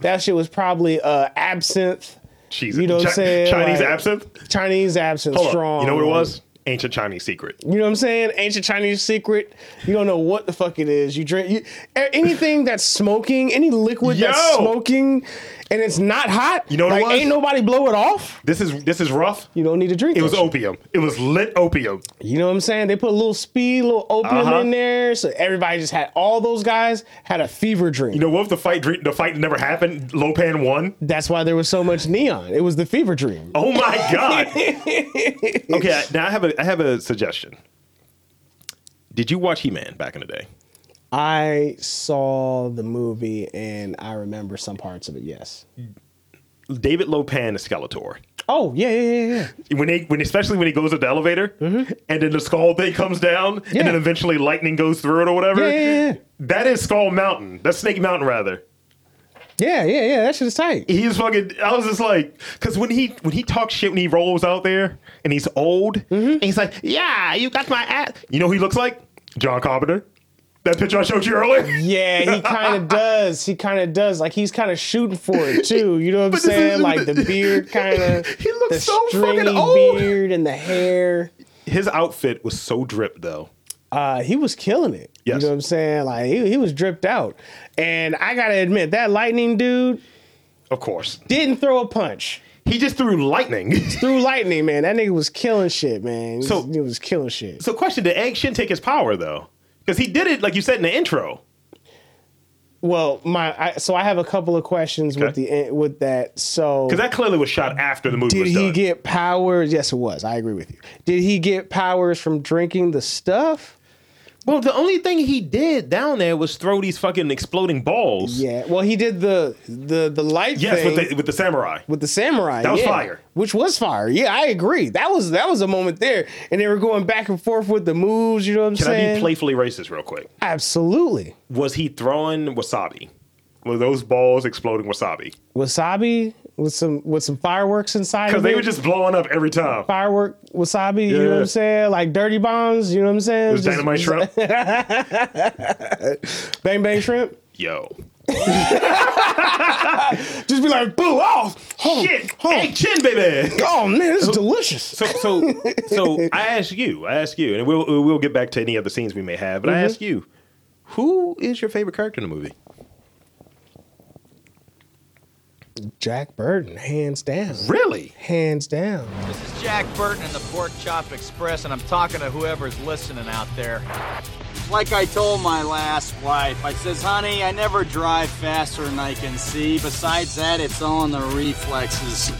G: That shit was probably uh, absinthe,
A: Jesus,
G: You know what I'm
A: Chi-
G: saying?
A: Chinese
G: Like,
A: absinthe.
G: Chinese absinthe,
A: Hold
G: strong.
A: on. You know what it
G: like,
A: was? Ancient Chinese secret.
G: You know what I'm saying? Ancient Chinese secret. You don't know what the fuck it is. You drink you, a- anything that's smoking, any liquid that's
A: Yo!
G: smoking, and it's not hot.
A: You know what it
G: like,
A: was?
G: Ain't nobody blow it off.
A: This is this is rough.
G: You don't need to drink.
A: It
G: that
A: was
G: shit.
A: opium. It was lit opium.
G: You know what I'm saying? They put a little speed, a little opium
A: Uh-huh.
G: in there, so everybody just had all those guys had a fever dream.
A: You know what? If the fight dre- the fight never happened. Lopan won.
G: That's why there was so much neon. It was the fever dream.
A: Oh my god. okay, now I have a I have a suggestion. Did you watch He Man back in the day?
G: I saw the movie and I remember some parts of it. Yes.
A: David Lopan is Skeletor.
G: Oh yeah, yeah, yeah, yeah.
A: when he when especially when he goes up the elevator and then the skull thing comes down
G: Mm-hmm. Yeah.
A: and then eventually lightning goes through it or whatever.
G: Yeah, yeah, yeah.
A: That is Skull Mountain. That's Snake Mountain rather.
G: Yeah, yeah, yeah. That shit is tight.
A: He was fucking. I was just like, because when he when he talks shit when he rolls out there and he's old
G: Mm-hmm.
A: and he's like, yeah, you got my ass. You know who he looks like? John Carpenter. That picture I showed you earlier.
G: Yeah, he kind of does. He kind of does. Like he's kind of shooting for it too. You know
A: But
G: what I'm
A: this is-
G: saying? like the beard, kind of.
A: He looks
G: the
A: so fucking
G: stringy
A: old.
G: beard and the hair.
A: His outfit was so drip though.
G: Uh, he was killing it. You
A: Yes.
G: know what I'm saying? Like he, he was dripped out. And I gotta admit, that lightning dude
A: Of course,
G: didn't throw a punch.
A: he just threw lightning.
G: Through lightning, man. That nigga was killing shit, man. He was,
A: So-
G: he was killing shit.
A: so, question: Did Egg Shin take his power though? Because he did it like you said in the intro.
G: Well, my I, so I have a couple of questions with
A: Okay.
G: the en- with that. So
A: Because that clearly was shot after the movie
G: did
A: was
G: he
A: done.
G: get powers? Yes, it was. I agree with you. Did he get powers from drinking the stuff?
A: well, the only thing he did down there was throw these fucking exploding balls.
G: Yeah. Well, he did the the the light
A: Yes,
G: thing
A: with the, with the samurai.
G: with the samurai.
A: That was
G: yeah.
A: fire.
G: Which was fire. Yeah, I agree. That was that was a moment there, and they were going back and forth with the moves. You know what I'm
A: Can
G: saying?
A: I be playfully racist real quick?
G: Absolutely.
A: Was he throwing wasabi? Were those balls exploding wasabi?
G: Wasabi with some with some fireworks inside.
A: Because
G: of
A: they
G: it.
A: were just blowing up every time.
G: firework wasabi. You know what
A: Yeah.
G: I'm saying? Like dirty bombs. You know what I'm saying?
A: It was
G: Just
A: dynamite shrimp.
G: Bang bang shrimp.
A: Yo.
G: Just be like, boo off. Oh,
A: Shit.
G: Oh,
A: Egg chin, baby.
G: oh man, this is delicious.
A: So, so, so I ask you, I ask you, and we'll we'll get back to any other scenes we may have. But I ask you, who is your favorite character in the movie?
G: Jack Burton, hands down.
A: Really?
G: Hands down.
B: This is Jack Burton and the Pork Chop Express, and I'm talking to whoever's listening out there. Like I told my last wife, I says, honey, I never drive faster than I can see. Besides that, it's all in the reflexes.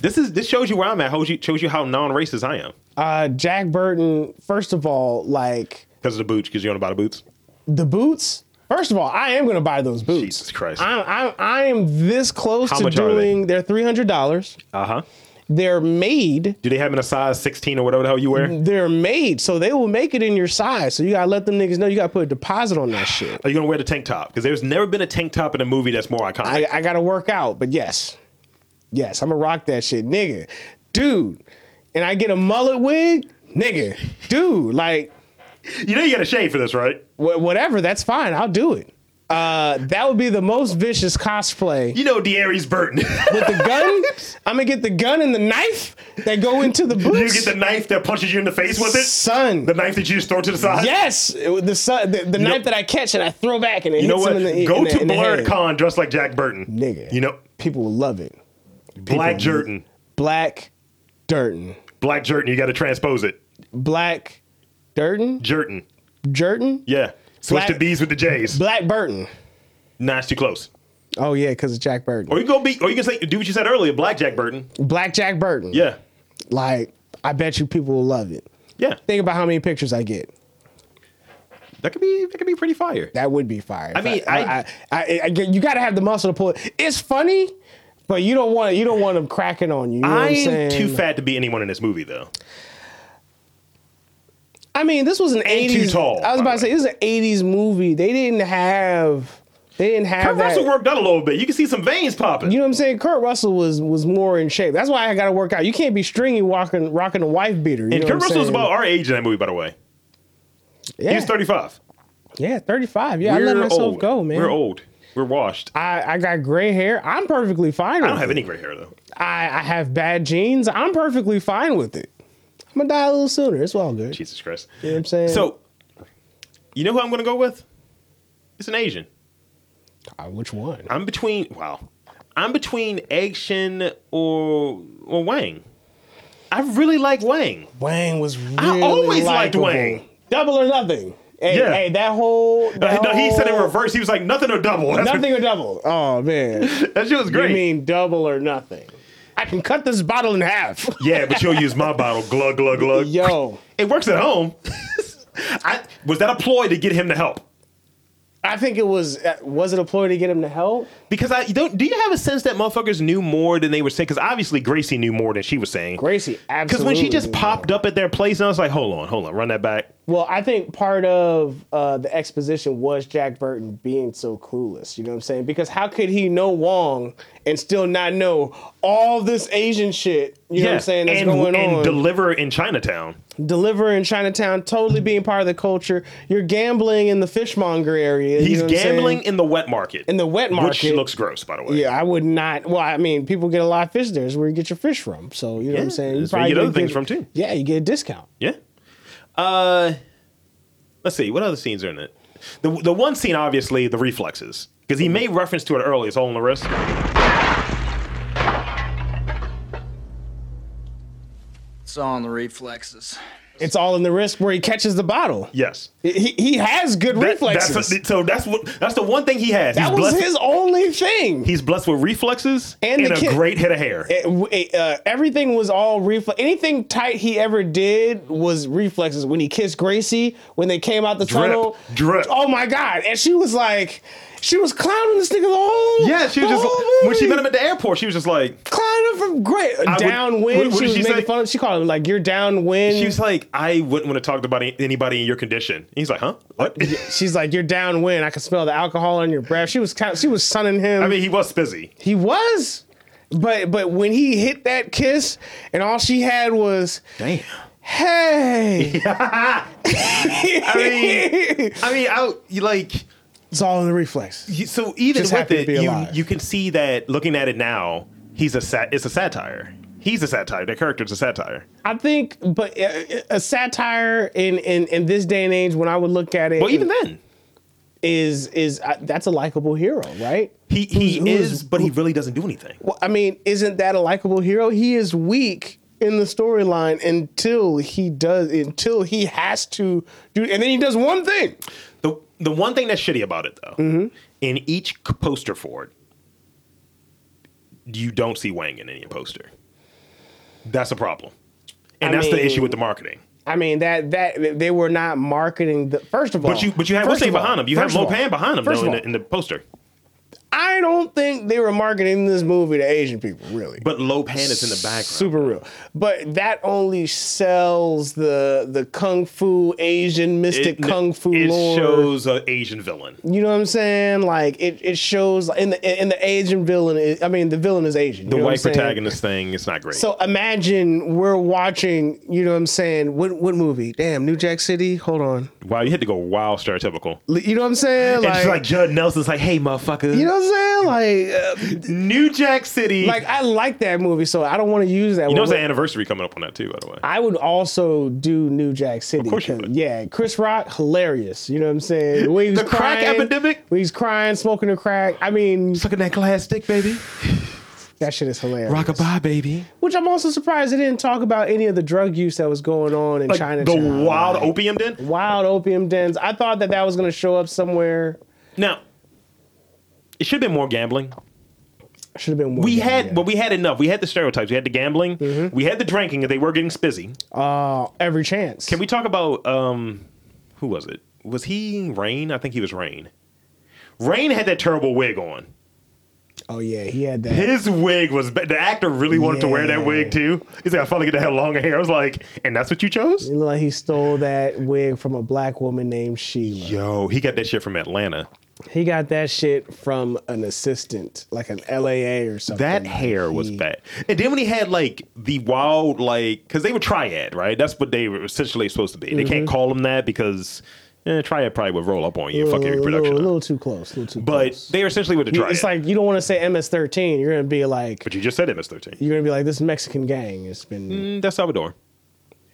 A: This is this shows you where I'm at. Shows you, shows you how non-racist I am
G: Uh, Jack Burton, first of all, like
A: because of the boots. Because you don't buy the boots.
G: the boots. First of all, I am gonna buy those boots.
A: Jesus Christ.
G: I'm, I'm, I am this close
A: How
G: to
A: much are they?
G: doing. They're three hundred dollars.
A: Uh huh.
G: They're made.
A: Do they have in a size 16 or whatever the hell you wear?
G: They're made, so they will make it in your size. So you gotta let them niggas know. You gotta put a deposit on that shit.
A: Are you gonna wear the tank top? Because there's never been a tank top in a movie that's more iconic.
G: I, I gotta work out, but yes, yes, I'm gonna rock that shit, nigga, dude. And I get a mullet wig, nigga, dude. Like
A: you know you got to shave for this, right?
G: wh- whatever, that's fine. I'll do it. Uh, that would be the most vicious cosplay.
A: You know De'Aries Burton.
G: With the gun, I'm gonna get the gun and the knife that go into the
A: you
G: boots.
A: get the knife that punches you in the face with it.
G: son.
A: The knife that you just throw to the side.
G: yes, it was the son, the, the
A: know-
G: knife that I catch and I throw back and it
A: You know
G: hits
A: what?
G: him in the
A: Go
G: in the-
A: to
G: in the
A: Blurred
G: head.
A: Con dressed like Jack Burton.
G: Nigga.
A: You know,
G: People will love it.
A: Black Jerton.
G: Black Durton.
A: Black Jerton, you got to transpose it.
G: Black Durton?
A: Jerton.
G: Jurton?
A: Yeah. Switch
G: Black-
A: the B's with the J's.
G: Black Burton.
A: Nah, it's too close.
G: Oh yeah, because it's Jack Burton.
A: Or you go be, or you can say, do what you said earlier, Black Jack Burton.
G: Black Jack Burton.
A: Yeah.
G: Like, I bet you people will love it.
A: Yeah.
G: Think about how many pictures I get.
A: That could be, that could be pretty fire.
G: That would be fire.
A: I mean, I-
G: I, I, I, I- you got to have the muscle to pull it. It's funny, but you don't want you don't want them cracking on you. you know what
A: I
G: I'm
A: am
G: saying?
A: too fat to be anyone in this movie, though.
G: I mean, this was an
A: And too
G: 80s.
A: tall,
G: I was
A: by
G: about
A: the
G: to say
A: way.
G: this is an 80s movie. They didn't have. They didn't have
A: Kurt
G: that.
A: Russell worked out a little bit. You can see some veins popping.
G: You know what I'm saying? Kurt Russell was was more in shape. That's why I got to work out. You can't be stringy walking rocking a wife beater. You
A: and
G: know
A: Kurt
G: what I'm
A: Russell was
G: saying?
A: about our age in that movie, by the way.
G: yeah.
A: He was 35.
G: Yeah, 35. Yeah, I let myself
A: old.
G: go, man.
A: We're old. We're washed. I
G: I, I got gray hair. I'm perfectly fine with
A: don't have
G: it.
A: any gray hair, though.
G: I, I have bad genes. I'm perfectly fine with it. I'm gonna die a little sooner. It's all good.
A: Jesus Christ.
G: You know what I'm saying?
A: So, you know who I'm going to go with? It's an Asian.
G: Uh, which one?
A: I'm between. Wow. I'm between Action or or Wang. I really like Wang.
G: Wang was really
A: I always liked
G: likable.
A: Wang.
G: Double or nothing. Hey,
A: Yeah.
G: hey, that whole that
A: no, he said it in
G: whole-
A: reverse. He was like Oh. nothing or double. That's
G: Nothing or double. Oh man.
A: that shit was great.
G: You mean double or nothing? I can cut this bottle in half.
A: yeah, but you'll use my bottle. Glug glug glug.
G: Yo.
A: It works at home. I, was that a ploy to get him to help?
G: I think it was uh, was it a ploy to get him to help?
A: Because I don't. Do you have a sense that motherfuckers knew more than they were saying? Because obviously Gracie knew more than she was saying.
G: Gracie,
A: Because when she
G: absolutely
A: just
G: knew
A: popped up at their place, and I was like, hold on, hold on, run that back.
G: Well, I think part of uh, the exposition was Jack Burton being so clueless. You know what I'm saying? Because how could he know Wong and still not know all this Asian shit? You know what I'm saying? That's
A: and,
G: going
A: and
G: on.
A: deliver in Chinatown.
G: Deliver in Chinatown, totally being part of the culture. You're gambling in the fishmonger area. you
A: He's
G: know what I'm saying?
A: gambling in the wet market.
G: In the wet
A: which
G: market.
A: looks gross, by the way.
G: Yeah, I would not. Well, I mean, people get a lot of fish there. Is where you get your fish from. So you know what
A: Yeah,
G: I'm saying.
A: that's where you
G: probably
A: get other
G: gonna
A: things from, too.
G: Yeah, you get a discount.
A: Yeah. Uh, let's see. What other scenes are in it? The, the one scene, obviously, the reflexes. Because he made reference to it earlier. It's all on the wrist.
B: It's all in the reflexes.
G: It's all in the wrist where he catches the bottle.
A: Yes.
G: He, he has good
A: That-
G: reflexes.
A: That's so that's what that's the one thing he has.
G: that
A: he's
G: was
A: blessed,
G: his only thing.
A: He's blessed with reflexes
G: And
A: and,
G: the
A: a
G: kid-
A: great head of hair.
G: It- w- it, uh, everything was all reflex. Anything tight he ever did was reflexes. When he kissed Gracie, when they came out the
A: Drip,
G: tunnel,
A: drip.
G: Oh my god! And she was like, she was clowning this nigga the whole.
A: yeah, she was
G: the
A: just
G: whole
A: when she
G: movie.
A: met him at the airport. She was just like
G: clowning from great
A: would-
G: downwind.
A: what- what
G: she
A: did
G: was
A: she
G: making
A: say?
G: fun of. She called him like you're downwind.
A: she was like I wouldn't want to talk to body- anybody in your condition. And he's like, huh? What?
G: She's like you're downwind. I can smell the alcohol on your breath. She was kind of, she was sunning him.
A: I mean, he was busy.
G: he was, but but when he hit that kiss and all she had was
A: Damn.
G: hey,
A: I mean, I mean, I you like.
G: it's all in the reflex.
A: you- So even
G: Just
A: with
G: happy to
A: it,
G: be
A: you
G: alive.
A: you can see that looking at it now, he's a sat. It's a satire. He's a satire. The character's a satire.
G: I think, but uh, a satire in, in in this day and age, when I would look at it,
A: Well, even then,
G: is is uh, that's a likable hero, right?
A: he he
G: Who's- who's-
A: is, but he really doesn't do anything.
G: Well, I mean, isn't that a likable hero? He is weak in the storyline until he does until he has to do, and then he does one thing.
A: The the one thing that's shitty about it though,
G: Mm-hmm.
A: in each c- poster for it, you don't see Wang in any poster. That's a problem, and
G: I
A: that's the issue
G: mean,
A: with the marketing.
G: I mean that that they were not marketing the first of all.
A: But you but you have
G: first
A: what's
G: of all-
A: behind him? You have
G: first of all-
A: Lopan behind him
G: first
A: though
G: of
A: in
G: all,
A: the, in the poster.
G: I don't think they were marketing this movie to Asian people, really.
A: But Lopan is in the background.
G: super real. But that only sells the the kung fu Asian mystic kung fu
A: it
G: lore.
A: shows an Asian villain.
G: You know what I'm saying? Like it, it shows in the in the Asian villain. Is, I mean, the villain is Asian. you
A: The
G: know what
A: white
G: I'm saying?
A: protagonist thing is not great.
G: So imagine we're watching. You know what I'm saying? What what movie? Damn, New Jack City. Hold on.
A: wow, you had to go wow stereotypical.
G: L- You know what I'm saying?
A: it's just like Judd Nelson's like, hey motherfucker.
G: you know what I'm saying? Like, uh,
A: New Jack City.
G: like I like that movie, so I don't want to use that.
A: you know
G: one.
A: it's an anniversary coming up on that too, by the way.
G: I would also do New Jack City.
A: course you
G: 'cause-
A: would.
G: Yeah, Chris Rock, hilarious. You know what I'm saying? When he was
A: The crack
G: crying-
A: epidemic?
G: When he's crying, smoking the crack. I mean,
A: Sucking that glass dick, baby.
G: that shit is hilarious.
A: Rockabye, baby.
G: Which I'm also surprised they didn't talk about any of the drug use that was going on in
A: Like
G: China.
A: the wild opium den.
G: wild opium dens. I thought that that was going to show up somewhere.
A: Now, it should have been more gambling.
G: Should have been more.
A: We
G: down
A: had,
G: there.
A: but we had enough. We had the stereotypes. We had the gambling. We had the drinking. and They were getting spizzy.
G: uh, every chance.
A: Can we talk about um, who was it? Was he Rain? I think he was Rain. Rain had that terrible wig on.
G: Oh yeah, he had that.
A: His wig was ba- the actor really wanted to wear that
G: Yeah.
A: wig too. He's like, I finally get to have longer hair. I was like, and that's what you chose?
G: It looked like he stole that wig from a black woman named Sheila.
A: Yo, he got that shit from Atlanta.
G: He got that shit from an assistant, like an LAA or something.
A: That hair was
G: He-
A: bad. And then when he had like the wild, like, because they were triad, right? That's what they were essentially supposed to be. They can't call them that because eh, triad probably would roll up on you and
G: A
A: fuck
G: little,
A: every
G: a
A: production.
G: little- a
A: up.
G: little too close. A little too
A: but
G: close.
A: they were essentially with the triad.
G: it's like you don't want to say MS13. You're gonna be like,
A: but you just said MS13.
G: you're gonna be like this Mexican gang. It's been
A: Mm, That's Salvador.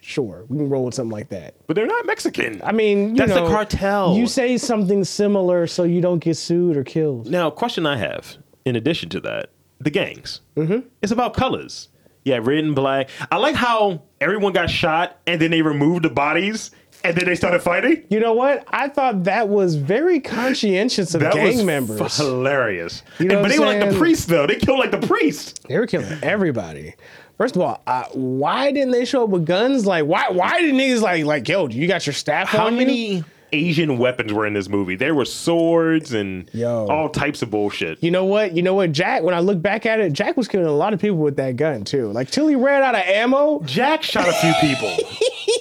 G: sure we can roll with something like that.
A: But they're not Mexican.
G: I mean, you
A: That's the
G: know,
A: cartel.
G: You say something similar so you don't get sued or killed.
A: Now, question I have in addition to that, the gangs. Mm-hmm. It's about colors. Yeah, red and black. I like how everyone got shot and then they removed the bodies and then they started fighting.
G: You know what? I thought that was very conscientious of
A: That
G: gang
A: was
G: members.
A: f- hilarious.
G: You know
A: And-
G: what
A: but they
G: I'm
A: were like the
G: saying?
A: priest though. They killed like the priest.
G: They were killing everybody. First of all, uh, why didn't they show up with guns? Like, why? Why did niggas like like yo? You got your staff
A: How
G: on you?
A: many Asian weapons were in this movie. There were swords and
G: Yo.
A: all types of bullshit.
G: You know what? You know what, Jack? When I look back at it, Jack was killing a lot of people with that gun too. Like till he ran out of ammo,
A: Jack shot a few people.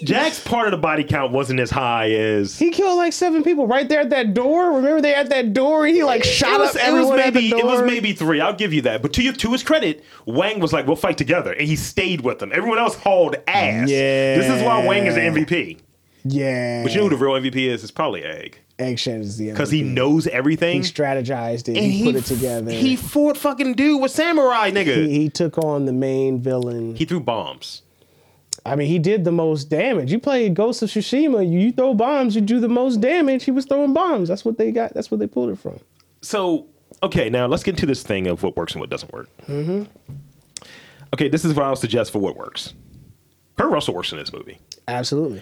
A: Jack's part of the body count wasn't as high as.
G: he killed like seven people right there at that door. Remember they at that door? He like shot
A: It was, it
G: up
A: was
G: everyone at the
A: maybe
G: door.
A: it was maybe three. I'll give you that. But to you, to his credit, Wang was like, "We'll fight together," and he stayed with them. Everyone else hauled ass. This is why Wang is the
G: Yeah.
A: MVP.
G: yeah.
A: But you know who the real MVP is? It's probably Egg
G: Egg Shed is the
A: because he knows everything.
G: he strategized it.
A: and
G: he, put it together.
A: He fought fucking dude with samurai nigga.
G: he,
A: He,
G: he took on the main villain.
A: threw bombs.
G: I mean, he did the most damage. You play Ghost of Tsushima, you, you throw bombs, you do the most damage. He was throwing bombs. That's what they got. That's what they pulled it from.
A: So okay, now let's get into this thing of what works and what doesn't work. Mm-hmm. Okay, this is what I'll suggest for what works. Kurt Russell works in this movie.
G: Absolutely.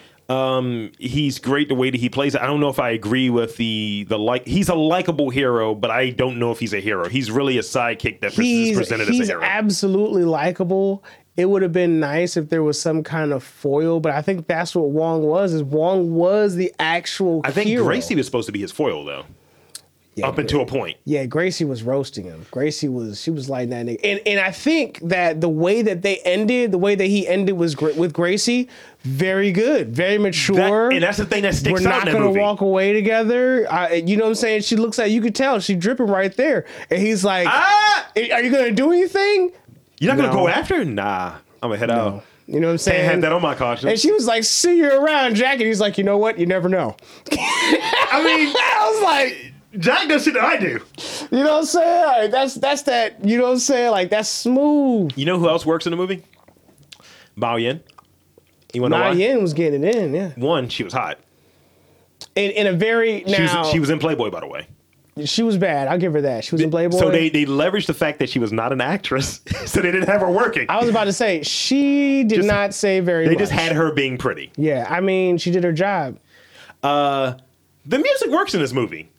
A: He's great the way that he plays. it. I don't know if I agree with the the like. He's a likable hero, but I don't know if he's a hero. He's really a sidekick that is
G: He's,
A: presented as
G: he's
A: a hero.
G: absolutely likable. It would have been nice if there was some kind of foil, but I think that's what Wong was. Is Wong was the actual
A: I think
G: hero.
A: Gracie was supposed to be his foil though,
G: Yeah,
A: up until a point.
G: Yeah, Gracie was roasting him. Gracie was she was lighting that nigga. And and I think that the way that they ended, the way that he ended was great with Gracie, very good, very
A: That-
G: mature.
A: and that's the thing that
G: we're
A: sticks out
G: not
A: in that
G: gonna
A: movie.
G: walk away together. I, you know what I'm saying? She looks like you could tell she dripping right there, and he's like,
A: ah,
G: "Are you gonna do anything?"
A: you're not gonna
G: No.
A: go after? Nah, I'm gonna head out.
G: You know what I'm saying?
A: Can't have that on my conscience.
G: and she was like, "See you around, Jack." And he's like, "You know what? You never know."
A: I mean,
G: I was like,
A: Jack does shit that I do.
G: "You know what I'm saying? Like, that's that's that. You know what I'm saying? Like that's smooth."
A: You know who else works in the movie? Bao Yin. You want to know
G: Ma
A: why?
G: Yin was getting it in, yeah.
A: One, she was hot.
G: In, in a very
A: She
G: now
A: was she was in Playboy, by the way.
G: bad. I'll give her that. She was in Playboy.
A: So they they leveraged the fact that she was not an actress, so they didn't have her working.
G: I was about to say she did
A: Just-
G: not say very.
A: they
G: much.
A: just had her being pretty.
G: Yeah, I mean she did her job.
A: The music works in this movie.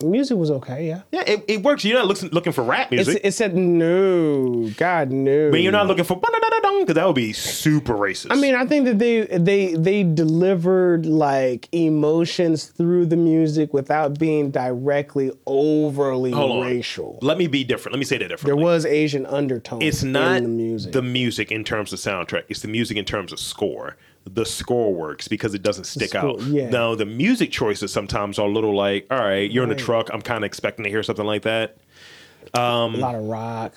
G: The music was okay. Yeah.
A: Yeah, it, it works. You're not looking looking for rap
G: It's,
A: music.
G: it said no, God no.
A: but you're not looking for because that would be super racist.
G: I mean, I think that they they they delivered like emotions through the music without being directly overly
A: Hold on.
G: racial.
A: let me be different. Let me say that differently.
G: There was Asian undertones.
A: it's not
G: in the music.
A: in terms of soundtrack. It's the music in terms of score. The score works because it doesn't stick
G: score,
A: out.
G: yeah.
A: Now the music choices sometimes are a little like, all right, you're in a truck. I'm kind of expecting to hear something like that.
G: a lot of rock.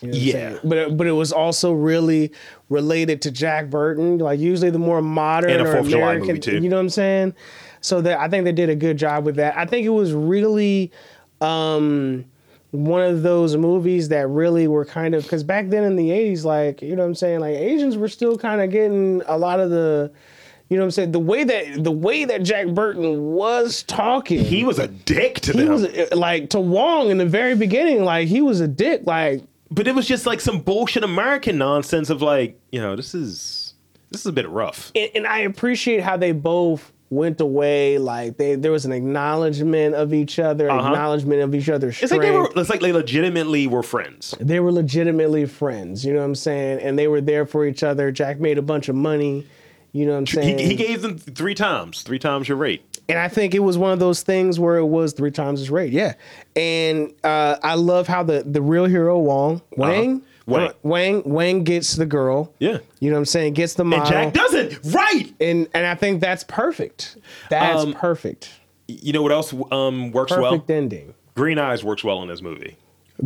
G: you know what I'm
A: Um, Yeah.
G: saying? but it, but it was also really related to Jack Burton. Like usually the more modern
A: And a
G: or
A: Fourth of July
G: American,
A: movie, too.
G: you know what I'm saying? So that I think they did a good job with that. I think it was really um, one of those movies that really were kind of because back then in the '80s, like you know what I'm saying, like Asians were still kind of getting a lot of the. You know what I'm saying? The way that the way that Jack Burton was talking,
A: He was a dick to
G: he
A: them,
G: was uh, like to Wong in the very beginning, like he was a dick. Like
A: but it was just like some bullshit American nonsense of like, you know, this is this is a bit rough.
G: and, and I appreciate how they both went away. Like they, there was an acknowledgement of each other,
A: Uh-huh.
G: acknowledgement of each other's
A: It's
G: strength.
A: like they were. It's like they legitimately were friends.
G: they were legitimately friends. You know what I'm saying? And they were there for each other. Jack made a bunch of money. You know what I'm
A: He,
G: saying?
A: he gave them three times, three times your rate.
G: and I think it was one of those things where it was three times his rate. Yeah, and uh, I love how the the real hero Wong Wang
A: Uh-huh. Wang.
G: uh, Wang Wang gets the girl.
A: Yeah.
G: you know what I'm saying? Gets the model.
A: And Jack doesn't. Right.
G: and and I think that's perfect. That's
A: Um,
G: perfect.
A: You know what else um, works well?
G: Perfect ending.
A: Green Eyes works well in this movie.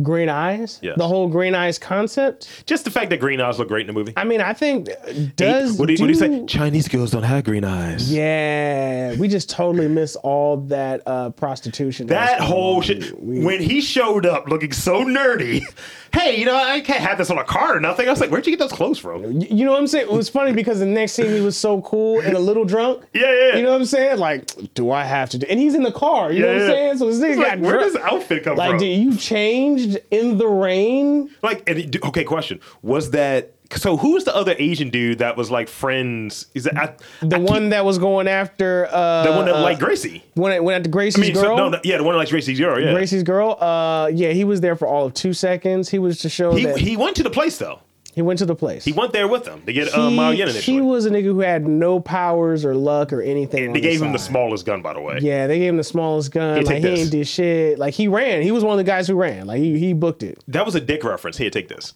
G: Green eyes.
A: Yes.
G: The whole green eyes concept.
A: Just the fact that green eyes look great in the movie.
G: I mean, I think uh, does
A: what do you,
G: do,
A: what do you say? Chinese girls don't have green eyes.
G: Yeah, we just totally miss all that uh, prostitution.
A: That
G: was going
A: whole
G: on.
A: shit.
G: We-
A: When he showed up looking so nerdy, hey, you know I can't have this on a card or nothing. I was like, where'd you get those clothes from?
G: Y- You know what I'm saying? It was funny because the next scene he was so cool and a little drunk.
A: Yeah, yeah.
G: You know what I'm saying? Like, do I have to do? And he's in the car. You know what
A: Yeah,
G: I'm
A: yeah.
G: saying? So this
A: It's
G: nigga
A: Like,
G: got
A: where does
G: drunk.
A: the outfit come
G: Like,
A: from?
G: did you changed in the rain?
A: like, and it- okay, question was that. So who was the other Asian dude that was like friends? Is that I,
G: The one that was going after uh,
A: the one that
G: uh,
A: liked Gracie?
G: when at, when at Gracie's
A: I mean, so-
G: girl.
A: no, no, yeah, the one that likes Gracie Zero. Yeah,
G: Gracie's girl. Uh, yeah, he was there for all of two seconds. He was to show
A: he
G: that
A: he went to the place though.
G: He went to the place.
A: He went there with them to get uh, Mao Yin initially.
G: he was a nigga who had no powers or luck or anything. on
A: they gave him the
G: side.
A: smallest gun, by the way.
G: Yeah, they gave him the smallest gun.
A: Here,
G: like
A: take
G: he
A: this.
G: ain't did shit. Like he ran. He was one of the guys who ran. Like he, he booked it.
A: That was a dick reference. Here, take this.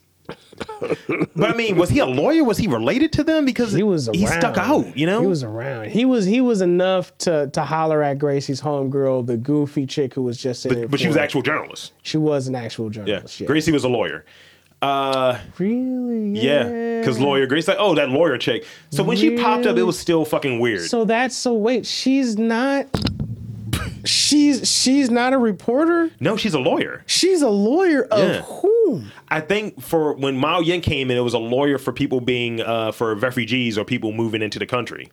A: but I mean, was he a lawyer? Was he related to them? Because
G: He was around.
A: he stuck out, you know?
G: He was around. He was he was enough to to holler at Gracie's homegirl, the goofy chick who was just in
A: but,
G: it
A: but she was
G: for-
A: actual journalist.
G: She was an actual
A: Yeah.
G: journalist. Yeah.
A: Gracie was a lawyer. Uh,
G: Really?
A: yeah.
G: Mm.
A: Because lawyer Grace, like, oh, that lawyer chick. So when she popped up, it was still fucking weird.
G: So that's so wait, she's not she's she's not a reporter?
A: no, she's a lawyer.
G: She's a lawyer of
A: Yeah.
G: whom?
A: I think for when Mao Yin came in, it was a lawyer for people being uh, for refugees or people moving into the country.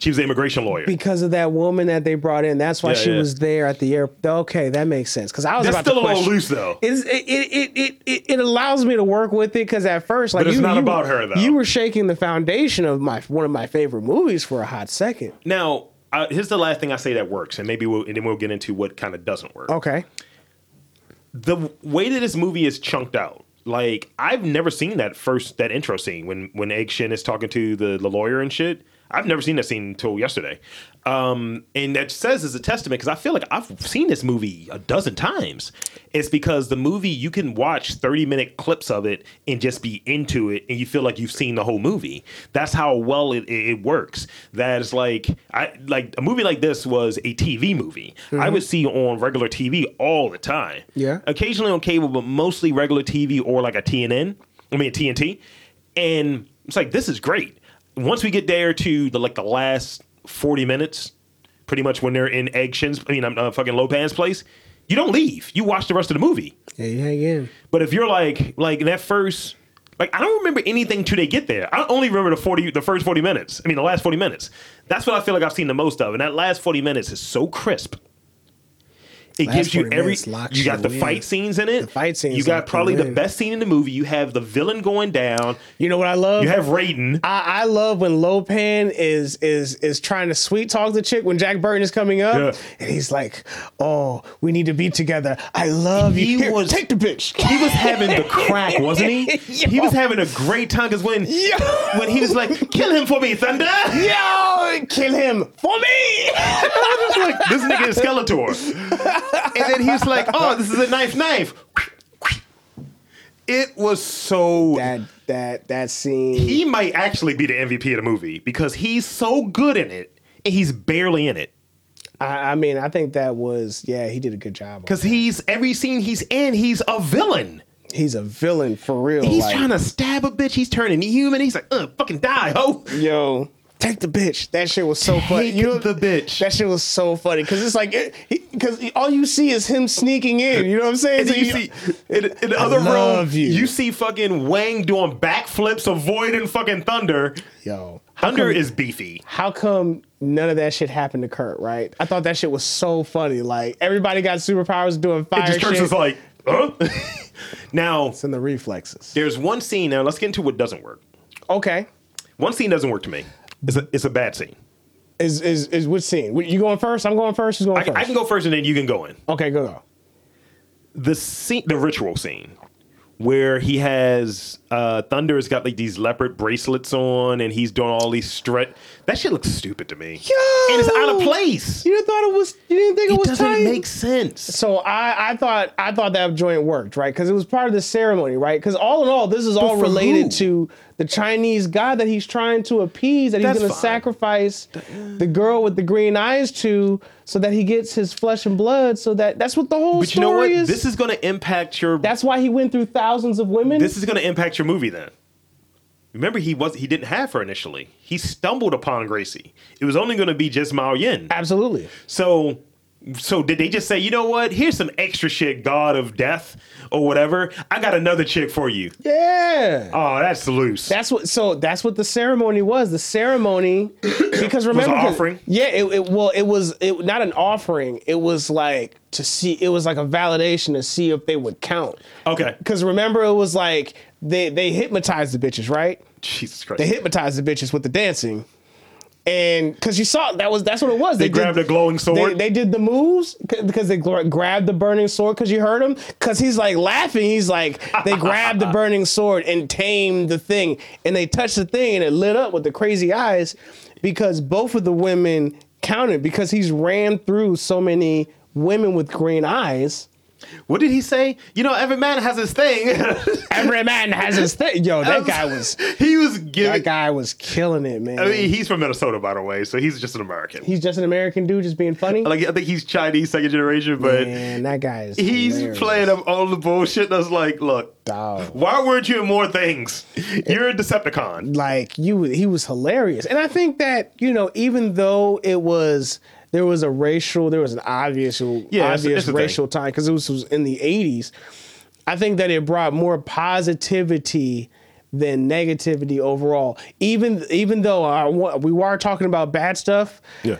A: She was an immigration lawyer.
G: Because of that woman that they brought in. That's why
A: Yeah,
G: she
A: yeah.
G: was there at the airport. Okay, that makes sense. Because I was
A: That's
G: about
A: still a
G: to
A: little
G: question.
A: loose though.
G: It's, it, it, it, it, it allows me to work with it because at first, like,
A: But it's
G: you,
A: not
G: you-
A: about her, though.
G: You were shaking the foundation of my one of my favorite movies for a hot second.
A: Now, uh, here's the last thing I say that works, and maybe we'll, and then we'll get into what kind of doesn't work.
G: Okay,
A: The w- way that this movie is chunked out, like I've never seen that first that intro scene when when Egg Shin is talking to the, the lawyer and shit. I've never seen that scene until yesterday, um, and that says is a testament because I feel like I've seen this movie a dozen times. It's because the movie you can watch thirty minute clips of it and just be into it, and you feel like you've seen the whole movie. That's how well it, it, it works. That is like I like a movie like this was a TV movie. I would see on regular TV all the time.
G: Yeah.
A: occasionally on cable, but mostly regular TV or like a TNN. I mean TNT, and it's like this is great. Once we get there to the like the last forty minutes, pretty much when they're in Egg Shin's, I mean, I'm uh, fucking Lopan's place. You don't leave. You watch the rest of the movie.
G: yeah, you hang in.
A: But if you're like like that first like I don't remember anything till they get there. I only remember the forty the first forty minutes. I mean the last forty minutes. That's what I feel like I've seen the most of. And that last forty minutes is so crisp. It
G: Last
A: gives you
G: 40
A: every
G: minutes locks
A: you got
G: you
A: the
G: in.
A: fight scenes in it.
G: The fight scenes
A: You got
G: lock you
A: probably the
G: in.
A: best scene in the movie. You have the villain going down.
G: You know what I love?
A: You have Raiden.
G: I, I love when Lopan is is is trying to sweet talk the chick when Jack Burton is coming up,
A: Yeah.
G: and he's like, "Oh, we need to be together. I love you.
A: He
G: Here,
A: was-
G: take the bitch."
A: He was having the crack, wasn't he? He was having a great time because when
G: Yo.
A: when he was like, "Kill him for me, Thunder!"
G: Yo, kill him for me.
A: I was like, this nigga is Skeletor. And then he's like, oh, this is a knife, knife. It was so.
G: that that that scene.
A: he might actually be the MVP of the movie because he's so good in it and he's barely in it.
G: I, I mean, I think that was yeah. He did a good job.
A: Because he's, every scene he's in, he's a villain.
G: he's a villain for real.
A: He's
G: like,
A: trying to stab a bitch. He's turning human. He's like, uh, fucking die, ho.
G: yo take the bitch. That shit was so funny.
A: Take
G: You know,
A: the bitch.
G: That shit was so funny because it's like because all you see is him sneaking in. You know what I'm saying?
A: And
G: So
A: then you see in, in the
G: I
A: other room,
G: love
A: you.
G: you.
A: see fucking Wang doing backflips, avoiding fucking Thunder.
G: yo. How
A: Thunder
G: come-
A: is beefy.
G: how come none of that shit happened to Kurt? Right? I thought that shit was so funny. Like everybody got superpowers doing fire.
A: It just Kurt's
G: shit.
A: just like, huh? now,
G: it's in the reflexes.
A: there's one scene. Now, let's get into what doesn't work.
G: Okay.
A: One scene doesn't work to me. It's a, it's a bad scene.
G: Is is is which scene? You going first? I'm going first. Who's going
A: I,
G: first?
A: I can go first and then you can go in.
G: Okay, go go.
A: The scene, the ritual scene, where he has uh, Thunder's got like these leopard bracelets on and he's doing all these stretch. That shit looks stupid to me. And it's out of place.
G: You didn't thought it was. You didn't think it,
A: It
G: was
A: doesn't
G: tight.
A: make sense.
G: so I, I thought I thought that joint worked right because it was part of the ceremony right because all in all this is all
A: for
G: related
A: who?
G: to the Chinese god that he's trying to appease that
A: That's
G: he's going
A: fine.
G: to sacrifice the girl with the green eyes to so that he gets his flesh and blood so that that's what the whole
A: But you
G: story
A: know what?
G: is.
A: This is going to impact your.
G: that's why he went through thousands of women.
A: this is going to impact your movie then. Remember, he was he didn't have her initially. He stumbled upon Gracie. It was only going to be just Mao Yin.
G: Absolutely.
A: So, so did they just say, you know what? Here's some extra shit, God of Death or whatever. I got another chick for you.
G: Yeah.
A: Oh, that's loose.
G: That's what. So that's what the ceremony was. The ceremony, because remember,
A: an offering?
G: Yeah. It, it well, it was it not an offering. It was like to see. It was like a validation to see if they would count.
A: okay.
G: Because remember, it was like they they hypnotized the bitches, right?
A: Jesus Christ.
G: They hypnotized the bitches with the dancing, and because you saw that was that's what it was.
A: They grabbed
G: did-
A: a glowing sword?
G: They, they did the moves because they gr- grabbed the burning sword because you heard him because he's like laughing. He's like they grabbed the burning sword and tamed the thing, and they touched the thing and it lit up with the crazy eyes because both of the women counted because he's ran through so many women with green eyes.
A: What did he say? You know, every man has his thing.
G: Every man has his thing. Yo, that guy was
A: he was
G: that
A: giving.
G: guy was killing it, man.
A: I mean, he's from Minnesota, by the way, so he's just an American.
G: he's just an American dude, just being funny.
A: like I think he's Chinese second generation, but
G: Man, that guy is.
A: he's
G: hilarious.
A: playing up all the bullshit. That's like, look,
G: Dog.
A: why weren't you in more things? You're a Decepticon.
G: like you. He was hilarious, and I think that you know, even though it was there was a racial, there was an obvious,
A: it's-
G: obvious
A: it's the thing.
G: racial time because it was, was in the '80s. I think that it brought more positivity than negativity overall. Even even though our, we were talking about bad stuff,
A: Yeah.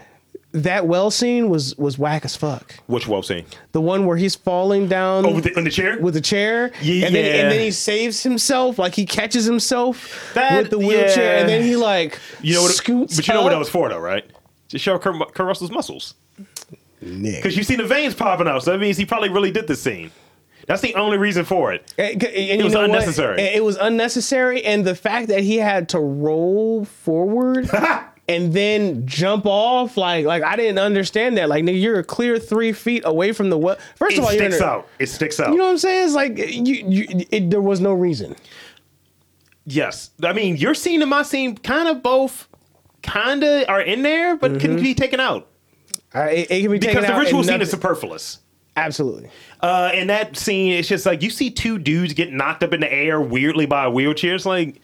G: that well scene was was whack as fuck.
A: Which well scene?
G: The one where he's falling down
A: Oh, with the, on the chair?
G: with a chair.
A: Yeah.
G: and, then, and then he saves himself, like he catches himself
A: That-
G: with the wheelchair,
A: yeah.
G: and then he like
A: you know what?
G: scoots.
A: but you know what that
G: up.
A: was for, though, right? To show Kurt, Kurt Russell's muscles.
G: Nick.
A: Because you seen the veins popping out, so that means he probably really did this scene. That's the only reason for it.
G: And, and you
A: was
G: know what?
A: unnecessary.
G: And It was unnecessary, and the fact that he had to roll forward and then jump off, like like I didn't understand that. Like nigga, you're a clear three feet away from the well. First
A: It
G: of all, you're in
A: sticks
G: a-
A: out. It sticks out.
G: You know what I'm saying? It's like you, you it, there was no reason.
A: yes. I mean, your scene and my scene kind of both kind of are in there, but can be taken out.
G: Uh, it, it can be Mm-hmm. taken
A: Because the
G: out and
A: ritual scene is
G: nothing-
A: superfluous.
G: absolutely.
A: Uh, in that scene, it's just like you see two dudes get knocked up in the air weirdly by a wheelchair. It's like,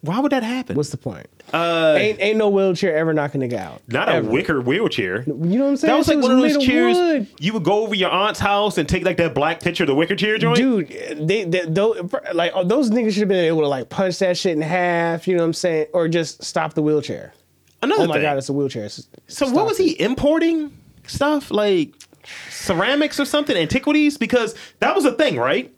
A: why would that happen?
G: What's the point? Uh, ain't ain't no wheelchair ever knocking a nigga out.
A: Not
G: Ever.
A: a wicker wheelchair.
G: You know what I'm saying?
A: That was
G: She
A: like one of
G: made
A: those chairs
G: wood.
A: you would go over your aunt's house and take like that black picture of the wicker chair joint.
G: Dude, they, they tho- like oh, those niggas should have been able to like punch that shit in half. You know what I'm saying? Or just stop the wheelchair.
A: Another
G: oh my
A: thing.
G: god, it's a wheelchair. It's-
A: So
G: stop
A: what was
G: it.
A: he importing stuff like ceramics or something, antiquities? Because that was a thing, right?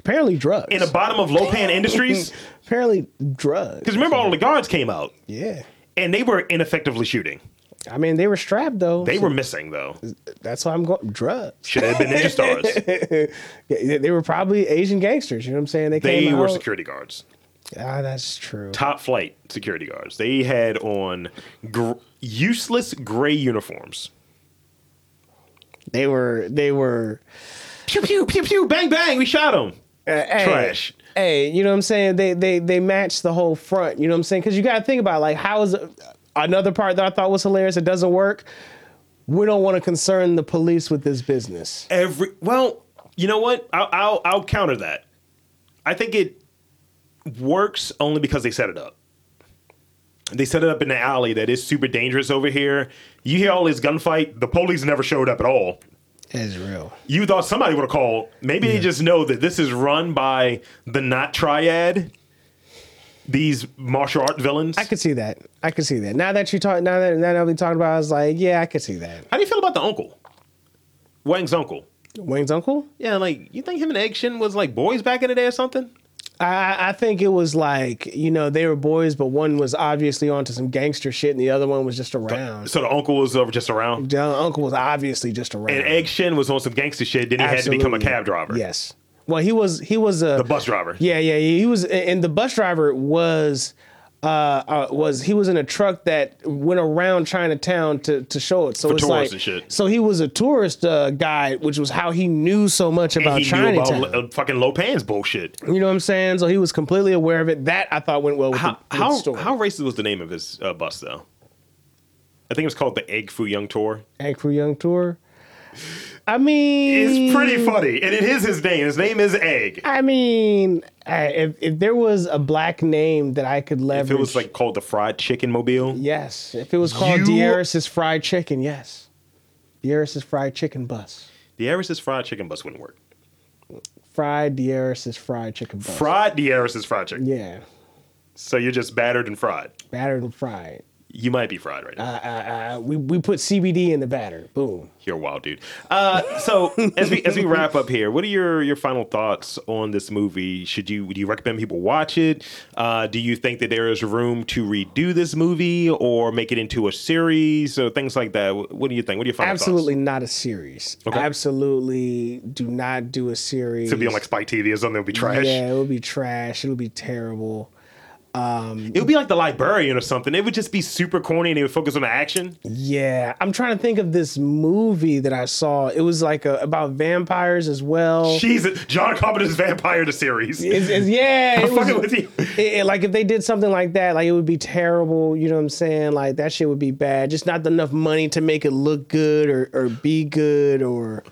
G: Apparently drugs.
A: In the bottom of Lopan Industries,
G: Apparently drugs.
A: because remember all the guards came out
G: yeah.
A: and they were ineffectively shooting.
G: I mean, they were strapped though.
A: They were missing though.
G: That's why I'm going drugs.
A: Should have been ninja stars.
G: Yeah, They they were probably Asian gangsters. You know what I'm saying? They came
A: They were
G: out-
A: security guards,
G: Ah, that's true.
A: top flight security guards. They had on gr- useless gray uniforms.
G: They were. They were.
A: Pew pew pew pew. Bang bang. We shot him.
G: Uh, hey,
A: Trash.
G: Hey, you know what I'm saying? They they they match the whole front. You know what I'm saying? Because you got to think about like how is uh, another part that I thought was hilarious. It doesn't work. We don't want to concern the police with this business.
A: every well you know what I'll, I'll i'll counter that i think it works only because they set it up they set it up in the alley that is super dangerous over here you hear all this gunfight the police never showed up at all
G: It's real.
A: you thought somebody would have called maybe they just know that this is run by the not triad these martial art villains
G: I could see that. I could see that. Now that you talk, now that now that we talked about, it, I was like, yeah, I could see that.
A: how do you feel about the uncle wang's uncle
G: Wayne's uncle.
A: yeah like you think him and egg shin was like boys back in the day or something
G: I, I think it was like you know they were boys, but one was obviously onto some gangster shit, and the other one was just around.
A: so the uncle was uh, just around
G: The uncle was obviously just around.
A: And Egg Shin was on some gangster shit. Then he had to become a
G: Absolutely.
A: cab driver.
G: Yes. Well, he was he was a
A: The bus driver.
G: Yeah, yeah, yeah. He was, and the bus driver was, uh, uh was he was in a truck that went around Chinatown to to show it. So
A: For
G: it's
A: tourists
G: like,
A: and shit.
G: so he was a tourist uh, guide, which was how he knew so much
A: And
G: about
A: he knew
G: Chinatown.
A: about uh, fucking Lopan's bullshit.
G: you know what I'm saying? So he was completely aware of it. That I thought went well with,
A: How,
G: the, with
A: how,
G: the story.
A: how racist was the name of his uh, bus, though? I think it was called the Egg Foo Young Tour.
G: Egg Foo Young tour. I mean,
A: It's pretty funny. And it is his name. His name is Egg.
G: I mean, I, if if there was a black name that I could
A: If
G: leverage,
A: it was like called the Fried Chicken Mobile,
G: Yes. If it was called
A: You-
G: Dieris's Fried Chicken, yes. Dieris's Fried Chicken Bus.
A: the Eris's Fried Chicken Bus wouldn't work.
G: Fried Dieris's Fried Chicken Bus.
A: Fried the Eris's Fried Chicken.
G: Yeah.
A: So you're just battered and fried.
G: Battered and fried.
A: You might be fried right now.
G: Uh, we we put CBD in the batter. Boom.
A: You're a wild dude. Uh, so as we as we wrap up here, what are your your final thoughts on this movie? Should you do you recommend people watch it? Uh, do you think that there is room to redo this movie or make it into a series or things like that? Wh- What do you think? What are your final
G: Absolutely not a series.
A: Okay.
G: Absolutely do not do a series.
A: thoughts? It'll be on like Spike TV or something. It'll be trash.
G: Yeah, it would be trash. It would be terrible.
A: It would be like the librarian or something. It would just be super corny and it would focus on the action.
G: Yeah, I'm trying to think of this movie that I saw. It was like a, about vampires as well.
A: Jesus, John Carpenter's Vampire the series.
G: It's- it's- yeah,
A: I'm
G: it was-
A: fucking with you.
G: it- it- like if they did something like that, like it would be terrible. You know what I'm saying? Like that shit would be bad. Just not enough money to make it look good or or be good. Or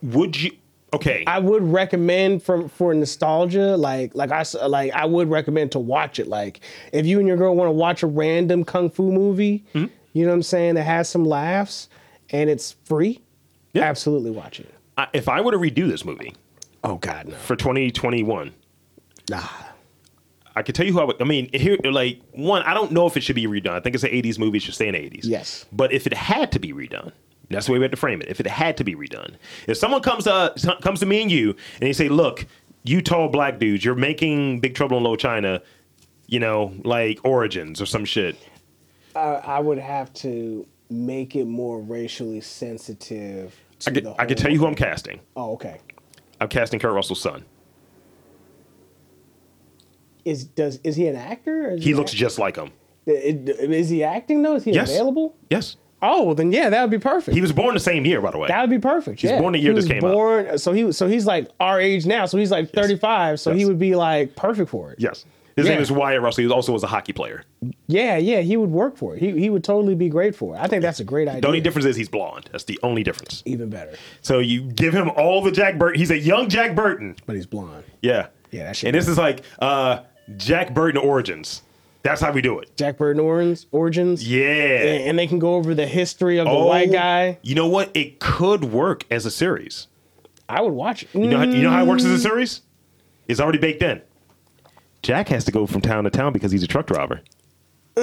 A: Would you? Okay.
G: I would recommend from for nostalgia. Like like I s- like I would recommend to watch it. Like if you and your girl want to watch a random kung fu movie,
A: Hmm?
G: you know what I'm saying? That has some laughs and it's free.
A: Yeah.
G: Absolutely watch it.
A: I, if I were to redo this movie
G: Oh God, no.
A: for 2021,
G: Nah.
A: I could tell you who I would. I mean, here, like one, I don't know if it should be redone. I think it's an '80s movie; it should stay in the '80s.
G: Yes.
A: But if it had to be redone, that's the way we had to frame it. If it had to be redone, if someone comes uh so- comes to me and you, and they say, "Look, you tall black dudes, you're making Big Trouble in Little China," you know, like Origins or some shit.
G: I would have to make it more racially sensitive. To
A: I could,
G: the
A: I could tell
G: whole-
A: you who I'm casting.
G: Oh, okay.
A: I'm casting Kurt Russell's son.
G: Is does is he an actor? Or is
A: He looks
G: act-
A: just like him.
G: i- Is he acting though? Is he
A: Yes.
G: available?
A: Yes.
G: Oh, well, then yeah, that would be perfect.
A: He was born the same year, by the way.
G: that would be perfect.
A: He's
G: yeah.
A: born the
G: He
A: year this
G: was
A: came out.
G: born, out. So he was- so he's like our age now. So he's like 35. So he
A: Yes.
G: would be like perfect for it.
A: yes. His
G: Yeah.
A: name is Wyatt Russell. He also was a hockey player.
G: Yeah, yeah, he would work for it. He he would totally be great for it. I think that's a great idea.
A: The only difference is he's blonde. That's the only difference.
G: Even better,
A: So you give him all the Jack Burton. He's a young Jack Burton.
G: but he's blonde.
A: Yeah.
G: Yeah, that should
A: And this is like uh, Jack Burton origins. That's how we do it.
G: Jack Burton origins, origins.
A: Yeah.
G: and, and they can go over the history of the
A: Oh,
G: white guy.
A: You know what? It could work as a series.
G: I would watch it.
A: You know, how, you know how it works as a series? It's already baked in. Jack has to go from town to town because he's a truck driver.
G: Uh,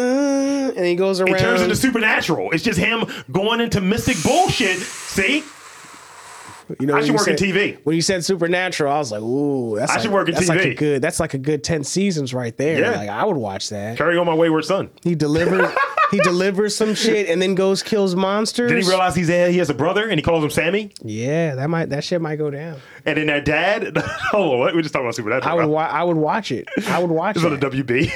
G: and he goes around.
A: It turns into supernatural. It's just him going into mystic bullshit. See?
G: you know,
A: I
G: when
A: should
G: you
A: work in
G: said-
A: TV.
G: When you said supernatural, I was like, ooh, that's
A: I
G: like,
A: should work in
G: that's Like a
A: TV.
G: good, that's like a good ten seasons right there.
A: Yeah.
G: Like I would watch that.
A: Carry on my wayward son.
G: He delivers. he delivers some shit and then goes kills monsters.
A: Then he realized he's a, he has a brother and he calls him Sammy.
G: Yeah, that might that shit might go down.
A: And then their dad. Hold on, what? We're just talking about supernatural.
G: I would
A: bro.
G: wa- I would watch it. I would watch
A: It's on
G: it.
A: the WB.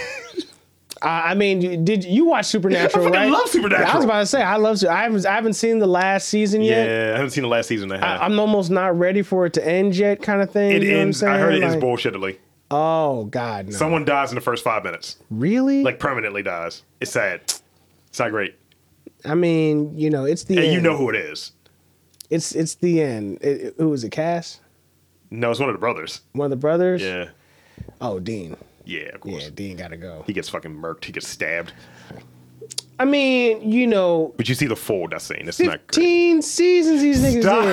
G: I I mean, you- did you watch Supernatural?
A: I fucking
G: right?
A: love Supernatural.
G: I was about to say I love. Su- I haven't I haven't seen the last season yet.
A: I haven't seen the last season. I have.
G: I, am almost not ready for it to end yet, kind of thing.
A: it
G: you know what I'm
A: ends. I heard it ends
G: saying? Like,
A: bullshittedly.
G: Oh God, no.
A: Someone dies in the first five minutes,
G: really?
A: like permanently dies. It's sad. It's not great.
G: I mean, you know, it's the
A: And
G: end.
A: you know who it is.
G: it's it's the end. It, it- who was it? Cass,
A: No, it's one of the brothers.
G: one of the brothers.
A: Yeah,
G: Oh, Dean.
A: yeah, of course.
G: Yeah, Dean got to go.
A: He gets fucking murked. He gets stabbed.
G: I mean, you know,
A: But you see the full that scene. It's not great.
G: fifteen seasons these niggas
A: Stop.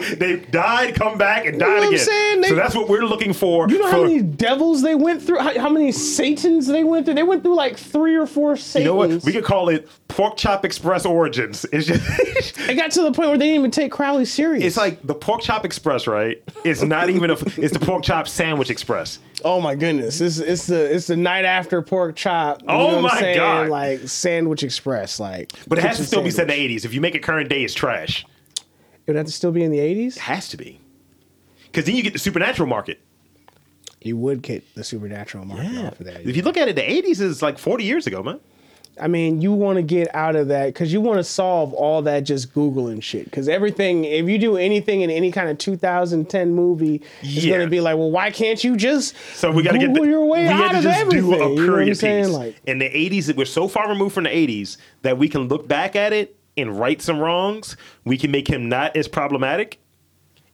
G: did. Like,
A: they died, come back, and died
G: know what I'm
A: again.
G: saying? They-
A: so that's what we're looking for.
G: you know how
A: for-
G: many devils they went through? How, how many satans they went through? They went through like three or four satans.
A: You know what? We could call it Pork Chop Express Origins. It's just
G: it got to the point where they didn't even take Crowley serious.
A: It's like the pork chop express, right? It's not even a. It's the pork chop sandwich express.
G: Oh my goodness! It's it's the it's the night after pork chop. you
A: Oh
G: know what I'm
A: my
G: saying?
A: God.
G: Like Sandwich Express, like.
A: But it has to
G: kitchen
A: still be set in
G: sandwich.
A: the '80s. If you make it current day, it's trash.
G: It would have to still be in the eighties.
A: Has to be, because then you get the supernatural market.
G: You would get the supernatural market off of that.
A: If you look at it, the '80s is like 40 years ago, man.
G: I mean, you want to get out of that because you want to solve all that just Googling shit. Because everything, if you do anything in any kind of 2010 movie, it's
A: Yeah.
G: going to be like, well, why can't you just
A: So we got to get
G: Google
A: the,
G: your way
A: we had
G: out
A: to
G: of
A: just
G: everything?
A: do a period
G: you know what I'm saying?
A: piece.
G: Like,
A: in the '80s, we're so far removed from the '80s that we can look back at it and right some wrongs. We can make him not as problematic.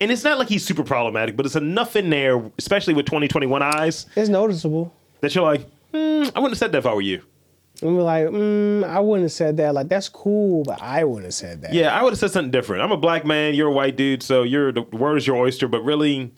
A: And it's not like he's super problematic, but it's enough in there, especially with 2021 eyes,
G: it's noticeable.
A: that you're like, hmm, I wouldn't have said that if I were you.
G: And we're like, mm, I wouldn't have said that. Like, that's cool, but I wouldn't have said that.
A: Yeah, I would have said something different. I'm a black man. You're a white dude, so you're the word is your oyster. But really,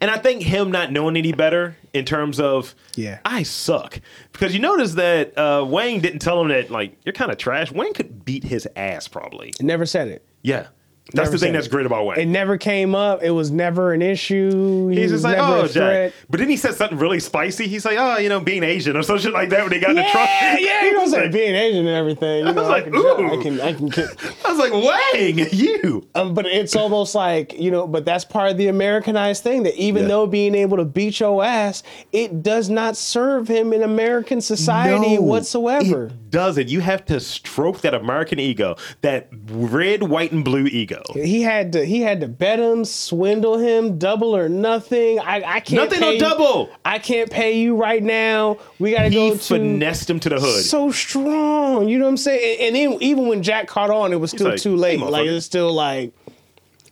A: And I think him not knowing any better in terms of
G: Yeah.
A: I suck because you notice that uh, Wayne didn't tell him that like you're kind of trash. Wayne could beat his ass probably.
G: It never said it.
A: Yeah, that's
G: Never
A: the thing
G: said
A: that's
G: it.
A: great about Wayne.
G: It never came up. It was never an issue. He
A: He's
G: was
A: just like,
G: never
A: oh,
G: a threat.
A: Jack. But then he said something really spicy. He's like, oh, you know, being Asian or some shit like that when they got in the truck.
G: Yeah, yeah, he was like being Asian and everything. You know, I
A: was like,
G: can tell-
A: ooh.
G: I can, I can, kick.
A: I was like, Wang, you.
G: Um, but it's almost like you know, but that's part of the Americanized thing that even
A: Yeah.
G: though being able to beat your ass, it does not serve him in American society
A: No,
G: whatsoever.
A: It doesn't. You have to stroke that American ego, that red, white, and blue ego.
G: He had to he had to bet him, swindle him, double or nothing. I, I can't
A: Nothing or
G: pay you-
A: double.
G: I can't pay you right now. We gotta
A: He
G: go to
A: finessed him to the hood.
G: So strong, you know what I'm saying? And, and then even when Jack caught on, it was still
A: like,
G: too late.
A: "Hey,
G: like
A: motherfucker."
G: it's still like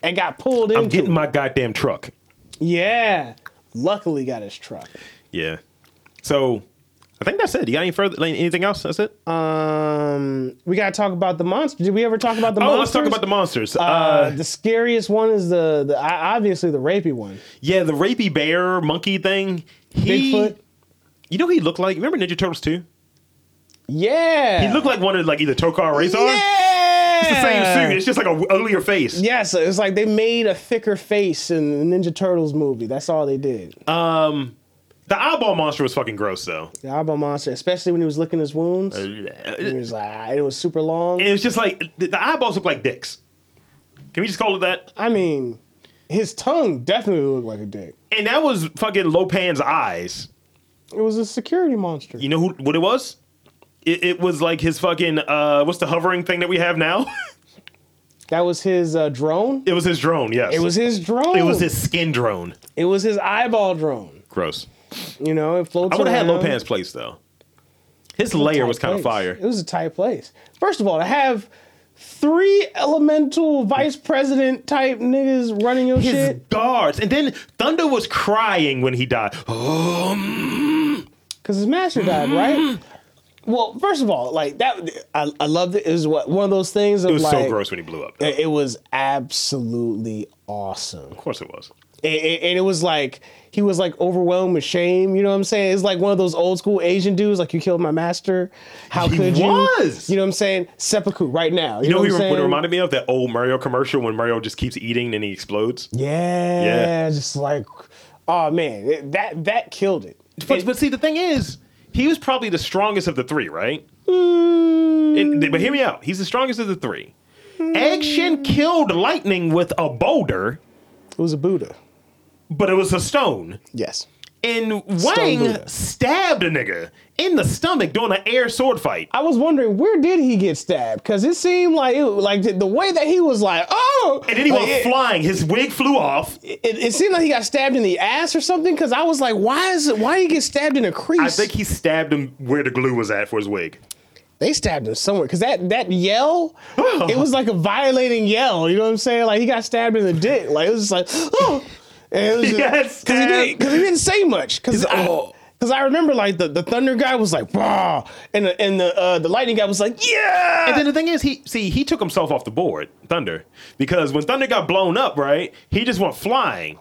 G: it got pulled into.
A: I'm getting
G: it.
A: my goddamn truck.
G: yeah. Luckily got his truck.
A: Yeah. So I think that's it. You got any further like, anything else? That's it?
G: Uh, Um, we gotta talk about the monster. Did we ever talk about the
A: oh,
G: monster?
A: let's talk about the monsters. Uh,
G: Uh, the scariest one is the the I- obviously the rapey one.
A: yeah, the rapey bear monkey thing. He,
G: Bigfoot.
A: You know who he looked like? Remember Ninja Turtles 2?
G: Yeah.
A: He looked like one of like either Tokar or Razor.
G: Yeah.
A: It's the same suit. It's just like a w- uglier face.
G: Yeah, so it's like they made a thicker face in the Ninja Turtles movie. That's all they did.
A: The eyeball monster was fucking gross though.
G: the Alba Monster, especially when he was licking his wounds. He
A: It
G: was like, "Ah," it was super long.
A: was just like th- the eyeballs look like dicks. Can we just call it that?
G: I mean, his tongue definitely looked like a dick.
A: And that was fucking Lopan's eyes.
G: It was a security monster.
A: You know who what it was? It, it was like his fucking uh, what's the hovering thing that we have now?
G: That was his uh, drone.
A: it was his drone. Yes,
G: It was his drone.
A: It was his skin drone.
G: It was his eyeball drone.
A: Gross.
G: You know, it floats.
A: I would have had
G: around.
A: Lopan's place though. His layer was kind of
G: Place.
A: fire.
G: It was a tight place. First of all, to have three elemental vice president type niggas running your
A: His
G: Oh, shit.
A: guards, and then Thunder was crying when he died.
G: Cause his master died, right? Well, first of all, like that, I, I loved it. It was what one of those things. Of
A: It was
G: like,
A: so gross when he blew up.
G: It, it was absolutely awesome,
A: Of course it was.
G: and, and- and it was like he was like overwhelmed with shame. You know what I'm saying? It's like one of those old school Asian dudes, like you killed my master. How
A: He
G: could you?
A: was!
G: You know what I'm saying? Seppuku right now. You,
A: You know,
G: know,
A: who
G: what
A: he,
G: I'm
A: what it
G: saying?
A: reminded me of that old Mario commercial when Mario just keeps eating and he explodes.
G: yeah,
A: Yeah.
G: just like, oh man, it- that that killed it.
A: But,
G: It-
A: but see, the thing is, he was probably the strongest of the three, right? And- but hear me out. He's the strongest of the three. Action killed lightning with a boulder,
G: it was a Buddha.
A: but it was a stone.
G: Yes.
A: And
G: Buddha.
A: Wang stabbed a nigga in the stomach during an air sword fight.
G: I was wondering where did he get stabbed? Cause it seemed like it, like the, the way that he was like, oh,
A: And then he
G: like,
A: went
G: it,
A: flying. His wig flew off.
G: it, it seemed like he got stabbed in the ass or something. Cause I was like, why is it, why did he get stabbed in a crease?
A: I think he stabbed him where the glue was at for his wig.
G: they stabbed him somewhere. Cause that that yell, it was like a violating yell. You know what I'm saying? Like he got stabbed in the dick. Like it was just like, oh. And it was
A: He got
G: cause he, didn't,
A: stabbed.
G: 'cause he didn't say much. Cause I,
A: "Oh."
G: Cause I remember like the, the thunder guy was like, wow, and the and the uh, the lightning guy was like, yeah.
A: And then the thing is, he see he took himself off the board, Thunder, because when Thunder got blown up, right, he just went flying,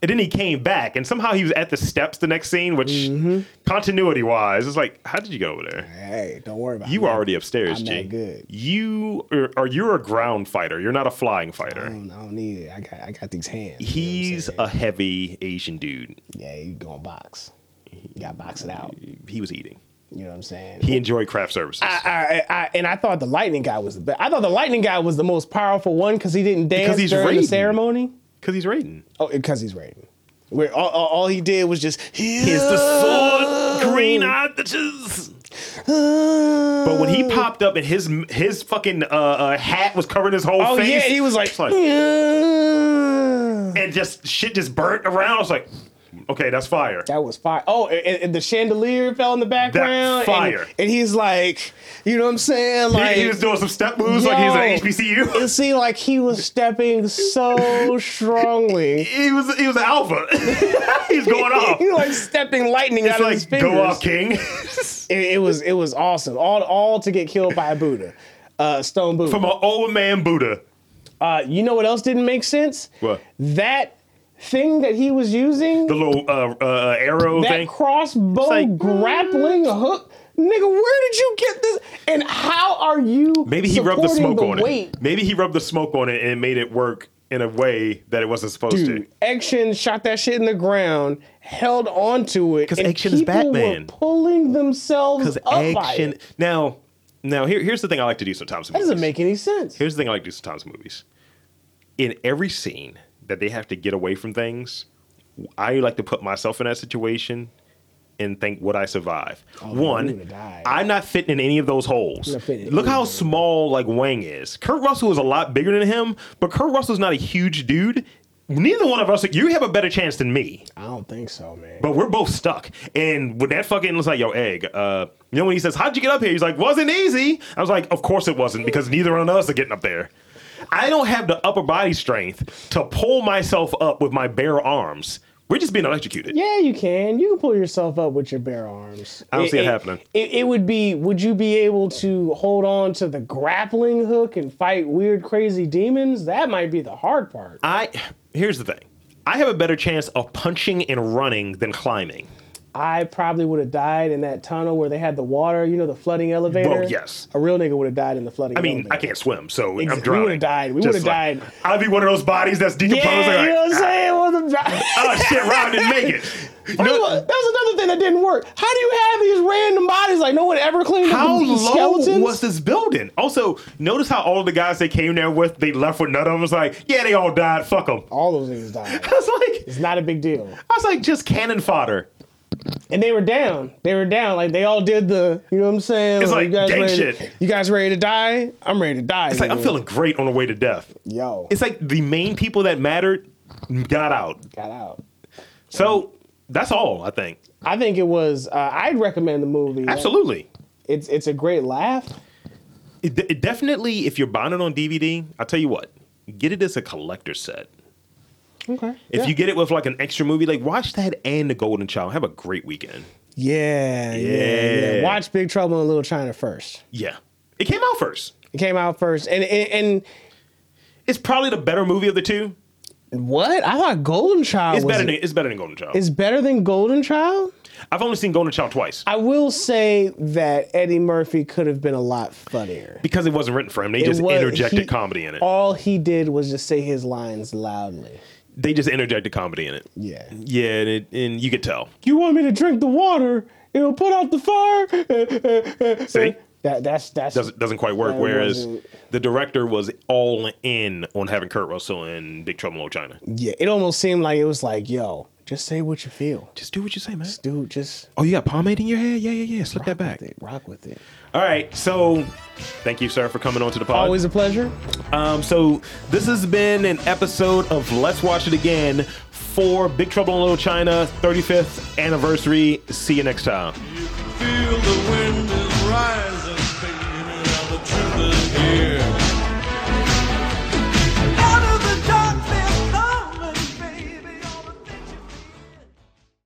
A: and then he came back, and somehow he was at the steps the next scene, which
G: Mm-hmm.
A: continuity wise, it's like, how did you go over there?
G: hey, don't worry about
A: You
G: it.
A: were already upstairs,
G: I'm
A: G.
G: not good.
A: You are, are you're a ground fighter. You're not a flying fighter.
G: I don't, I don't need it. I got I got these hands. you know what I'm
A: He's
G: saying?
A: a heavy Asian dude.
G: yeah. You gonna box? You got to box it out. You
A: He was eating.
G: know what I'm saying?
A: He enjoyed craft services.
G: I, I, I, and I thought the lightning guy was the best. I thought the lightning guy was the most powerful one because he didn't dance
A: he's
G: during
A: raiding.
G: the ceremony.
A: Because he's raiding.
G: Oh, because he's raiding. Where all, all, all he did was just
A: Here's the sword, green eye. But when he popped up and his his fucking uh, uh, hat was covering his whole
G: Oh
A: face,
G: yeah, he was like, "Mm."
A: it's and just shit just burnt around. I was like, okay, that's fire.
G: That was fire. Oh, and, and the chandelier fell in the background. and-
A: fire.
G: And, he's like, you know what I'm saying?
A: He-
G: Like
A: he, was doing some step moves like
G: Yo.
A: he's an HBCU.
G: it seemed like he was stepping so strongly.
A: He was he was an alpha. he's going off.
G: he like stepping lightning
A: Oh. It's
G: out of his
A: like
G: fingers.
A: go off, king,
G: It, it was it was awesome. All all to get killed by a Buddha, uh, Stone Buddha.
A: from an old man Buddha.
G: uh, you know what else didn't make sense?
A: What?
G: That thing that he was using,
A: The little uh, uh, arrow
G: that
A: thing.
G: crossbow
A: like-
G: grappling hook. Nigga, where did you get this? And how are you?
A: Maybe he rubbed the
G: supporting
A: smoke on
G: weight?
A: it. Maybe he rubbed the smoke on it and made it work in a way that it wasn't supposed
G: Dude, Action shot that shit in the ground, held onto it.
A: 'Cause
G: and
A: Action is
G: people were
A: Batman.
G: pulling themselves
A: to.
G: up
A: Because
G: by
A: action.
G: it.
A: Now, now here, here's the thing I like to do sometimes. in
G: That doesn't
A: movies.
G: make any sense.
A: Here's the thing I like to do sometimes in movies. In every scene that they have to get away from things, I like to put myself in that situation and think, would I survive?
G: Oh, you
A: One,
G: would've died.
A: I'm not fitting in any of those holes.
G: You're not fitting in
A: Look how
G: anything.
A: small like Wang is. Kurt Russell is a lot bigger than him, but Kurt Russell's not a huge dude. Neither one of us, you have a better chance than me,
G: I don't think so, man.
A: but we're both stuck. And when that fucking was like, yo, egg, uh, you know, when he says, how'd you get up here? He's like, wasn't easy. I was like, of course it wasn't because neither one of us are getting up there. I don't have the upper body strength to pull myself up with my bare arms. We're just being electrocuted.
G: Yeah, you can. You can pull yourself up with your bare arms.
A: I don't see it happening.
G: It, it would be. Would you be able to hold on to the grappling hook and fight weird, crazy demons? That might be the hard part.
A: I here's the thing. I have a better chance of punching and running than climbing.
G: I probably would have died in that tunnel where they had the water. You know, the flooding elevator.
A: Well, yes.
G: A real nigga would have died in the flooding.
A: I mean,
G: elevator.
A: I can't swim, so
G: Ex-
A: I'm
G: we
A: drowning.
G: would've died. We
A: Just
G: would've
A: like-
G: died.
A: I'd be one of those bodies that's decomposing.
G: Yeah,
A: like,
G: you know what I'm saying. Well, the dri-
A: Oh shit, Rob didn't make it. You
G: First of all,
A: know,
G: that was another thing that didn't work. How do you have these random bodies like no one ever cleaned up
A: how
G: the- the
A: low
G: skeletons?
A: was this building? Also, notice how all the guys they came there with, they left with none of them. It's like, yeah, they all died. Fuck them. I
G: all those niggas died.
A: was like,
G: It's not a big deal.
A: I was like, just cannon fodder.
G: And they were down. They were down. Like they all did the, you know what I'm saying?
A: It's like
G: you guys
A: gang
G: ready,
A: shit.
G: You guys ready to die? I'm ready to die.
A: It's like I'm feeling great on the way to death.
G: yo.
A: It's like the main people that mattered got out.
G: got out.
A: So that's all I think.
G: I think it was. Uh, I'd recommend the movie.
A: Absolutely.
G: It's it's a great laugh.
A: It, it definitely, if you're buying it on DVD, I'll tell you what, get it as a collector set.
G: Okay.
A: If you get it with like an extra movie, like watch that and The Golden Child. Have a great weekend.
G: Yeah, yeah,
A: Yeah.
G: yeah. Watch Big Trouble in Little China first.
A: Yeah. It came out first.
G: It came out first, and and,
A: It's probably the better movie of the two.
G: and what? I thought Golden Child
A: It's
G: was
A: better than it's better than Golden Child.
G: is better than Golden Child.
A: I've only seen Golden Child twice
G: I will say that Eddie Murphy could have been a lot funnier.
A: because it wasn't written for him. They
G: It
A: just
G: was-
A: interjected
G: he-
A: comedy in it.
G: All he did was just say his lines loudly.
A: They just interjected comedy in it.
G: Yeah.
A: Yeah, and, it, and you could tell.
G: You want me to drink the water? It'll put out the fire.
A: See?
G: That that's that's
A: doesn't doesn't quite work.
G: That
A: Whereas
G: wasn't-
A: the director was all in on having Kurt Russell in Big Trouble in Little China.
G: yeah. It almost seemed like it was like, yo, just say what you feel,
A: Just do what you say, man.
G: dude. Just
A: Oh, you got pomade in your hair? Yeah, yeah, yeah. Slip that back.
G: with it, rock with it.
A: All right. So, thank you, sir, for coming on to the pod.
G: Always a pleasure.
A: Um, so this has been an episode of Let's Watch It Again for Big Trouble in Little China 35th anniversary. See you next time.
J: Feel the wind is rising, baby, now the truth is here.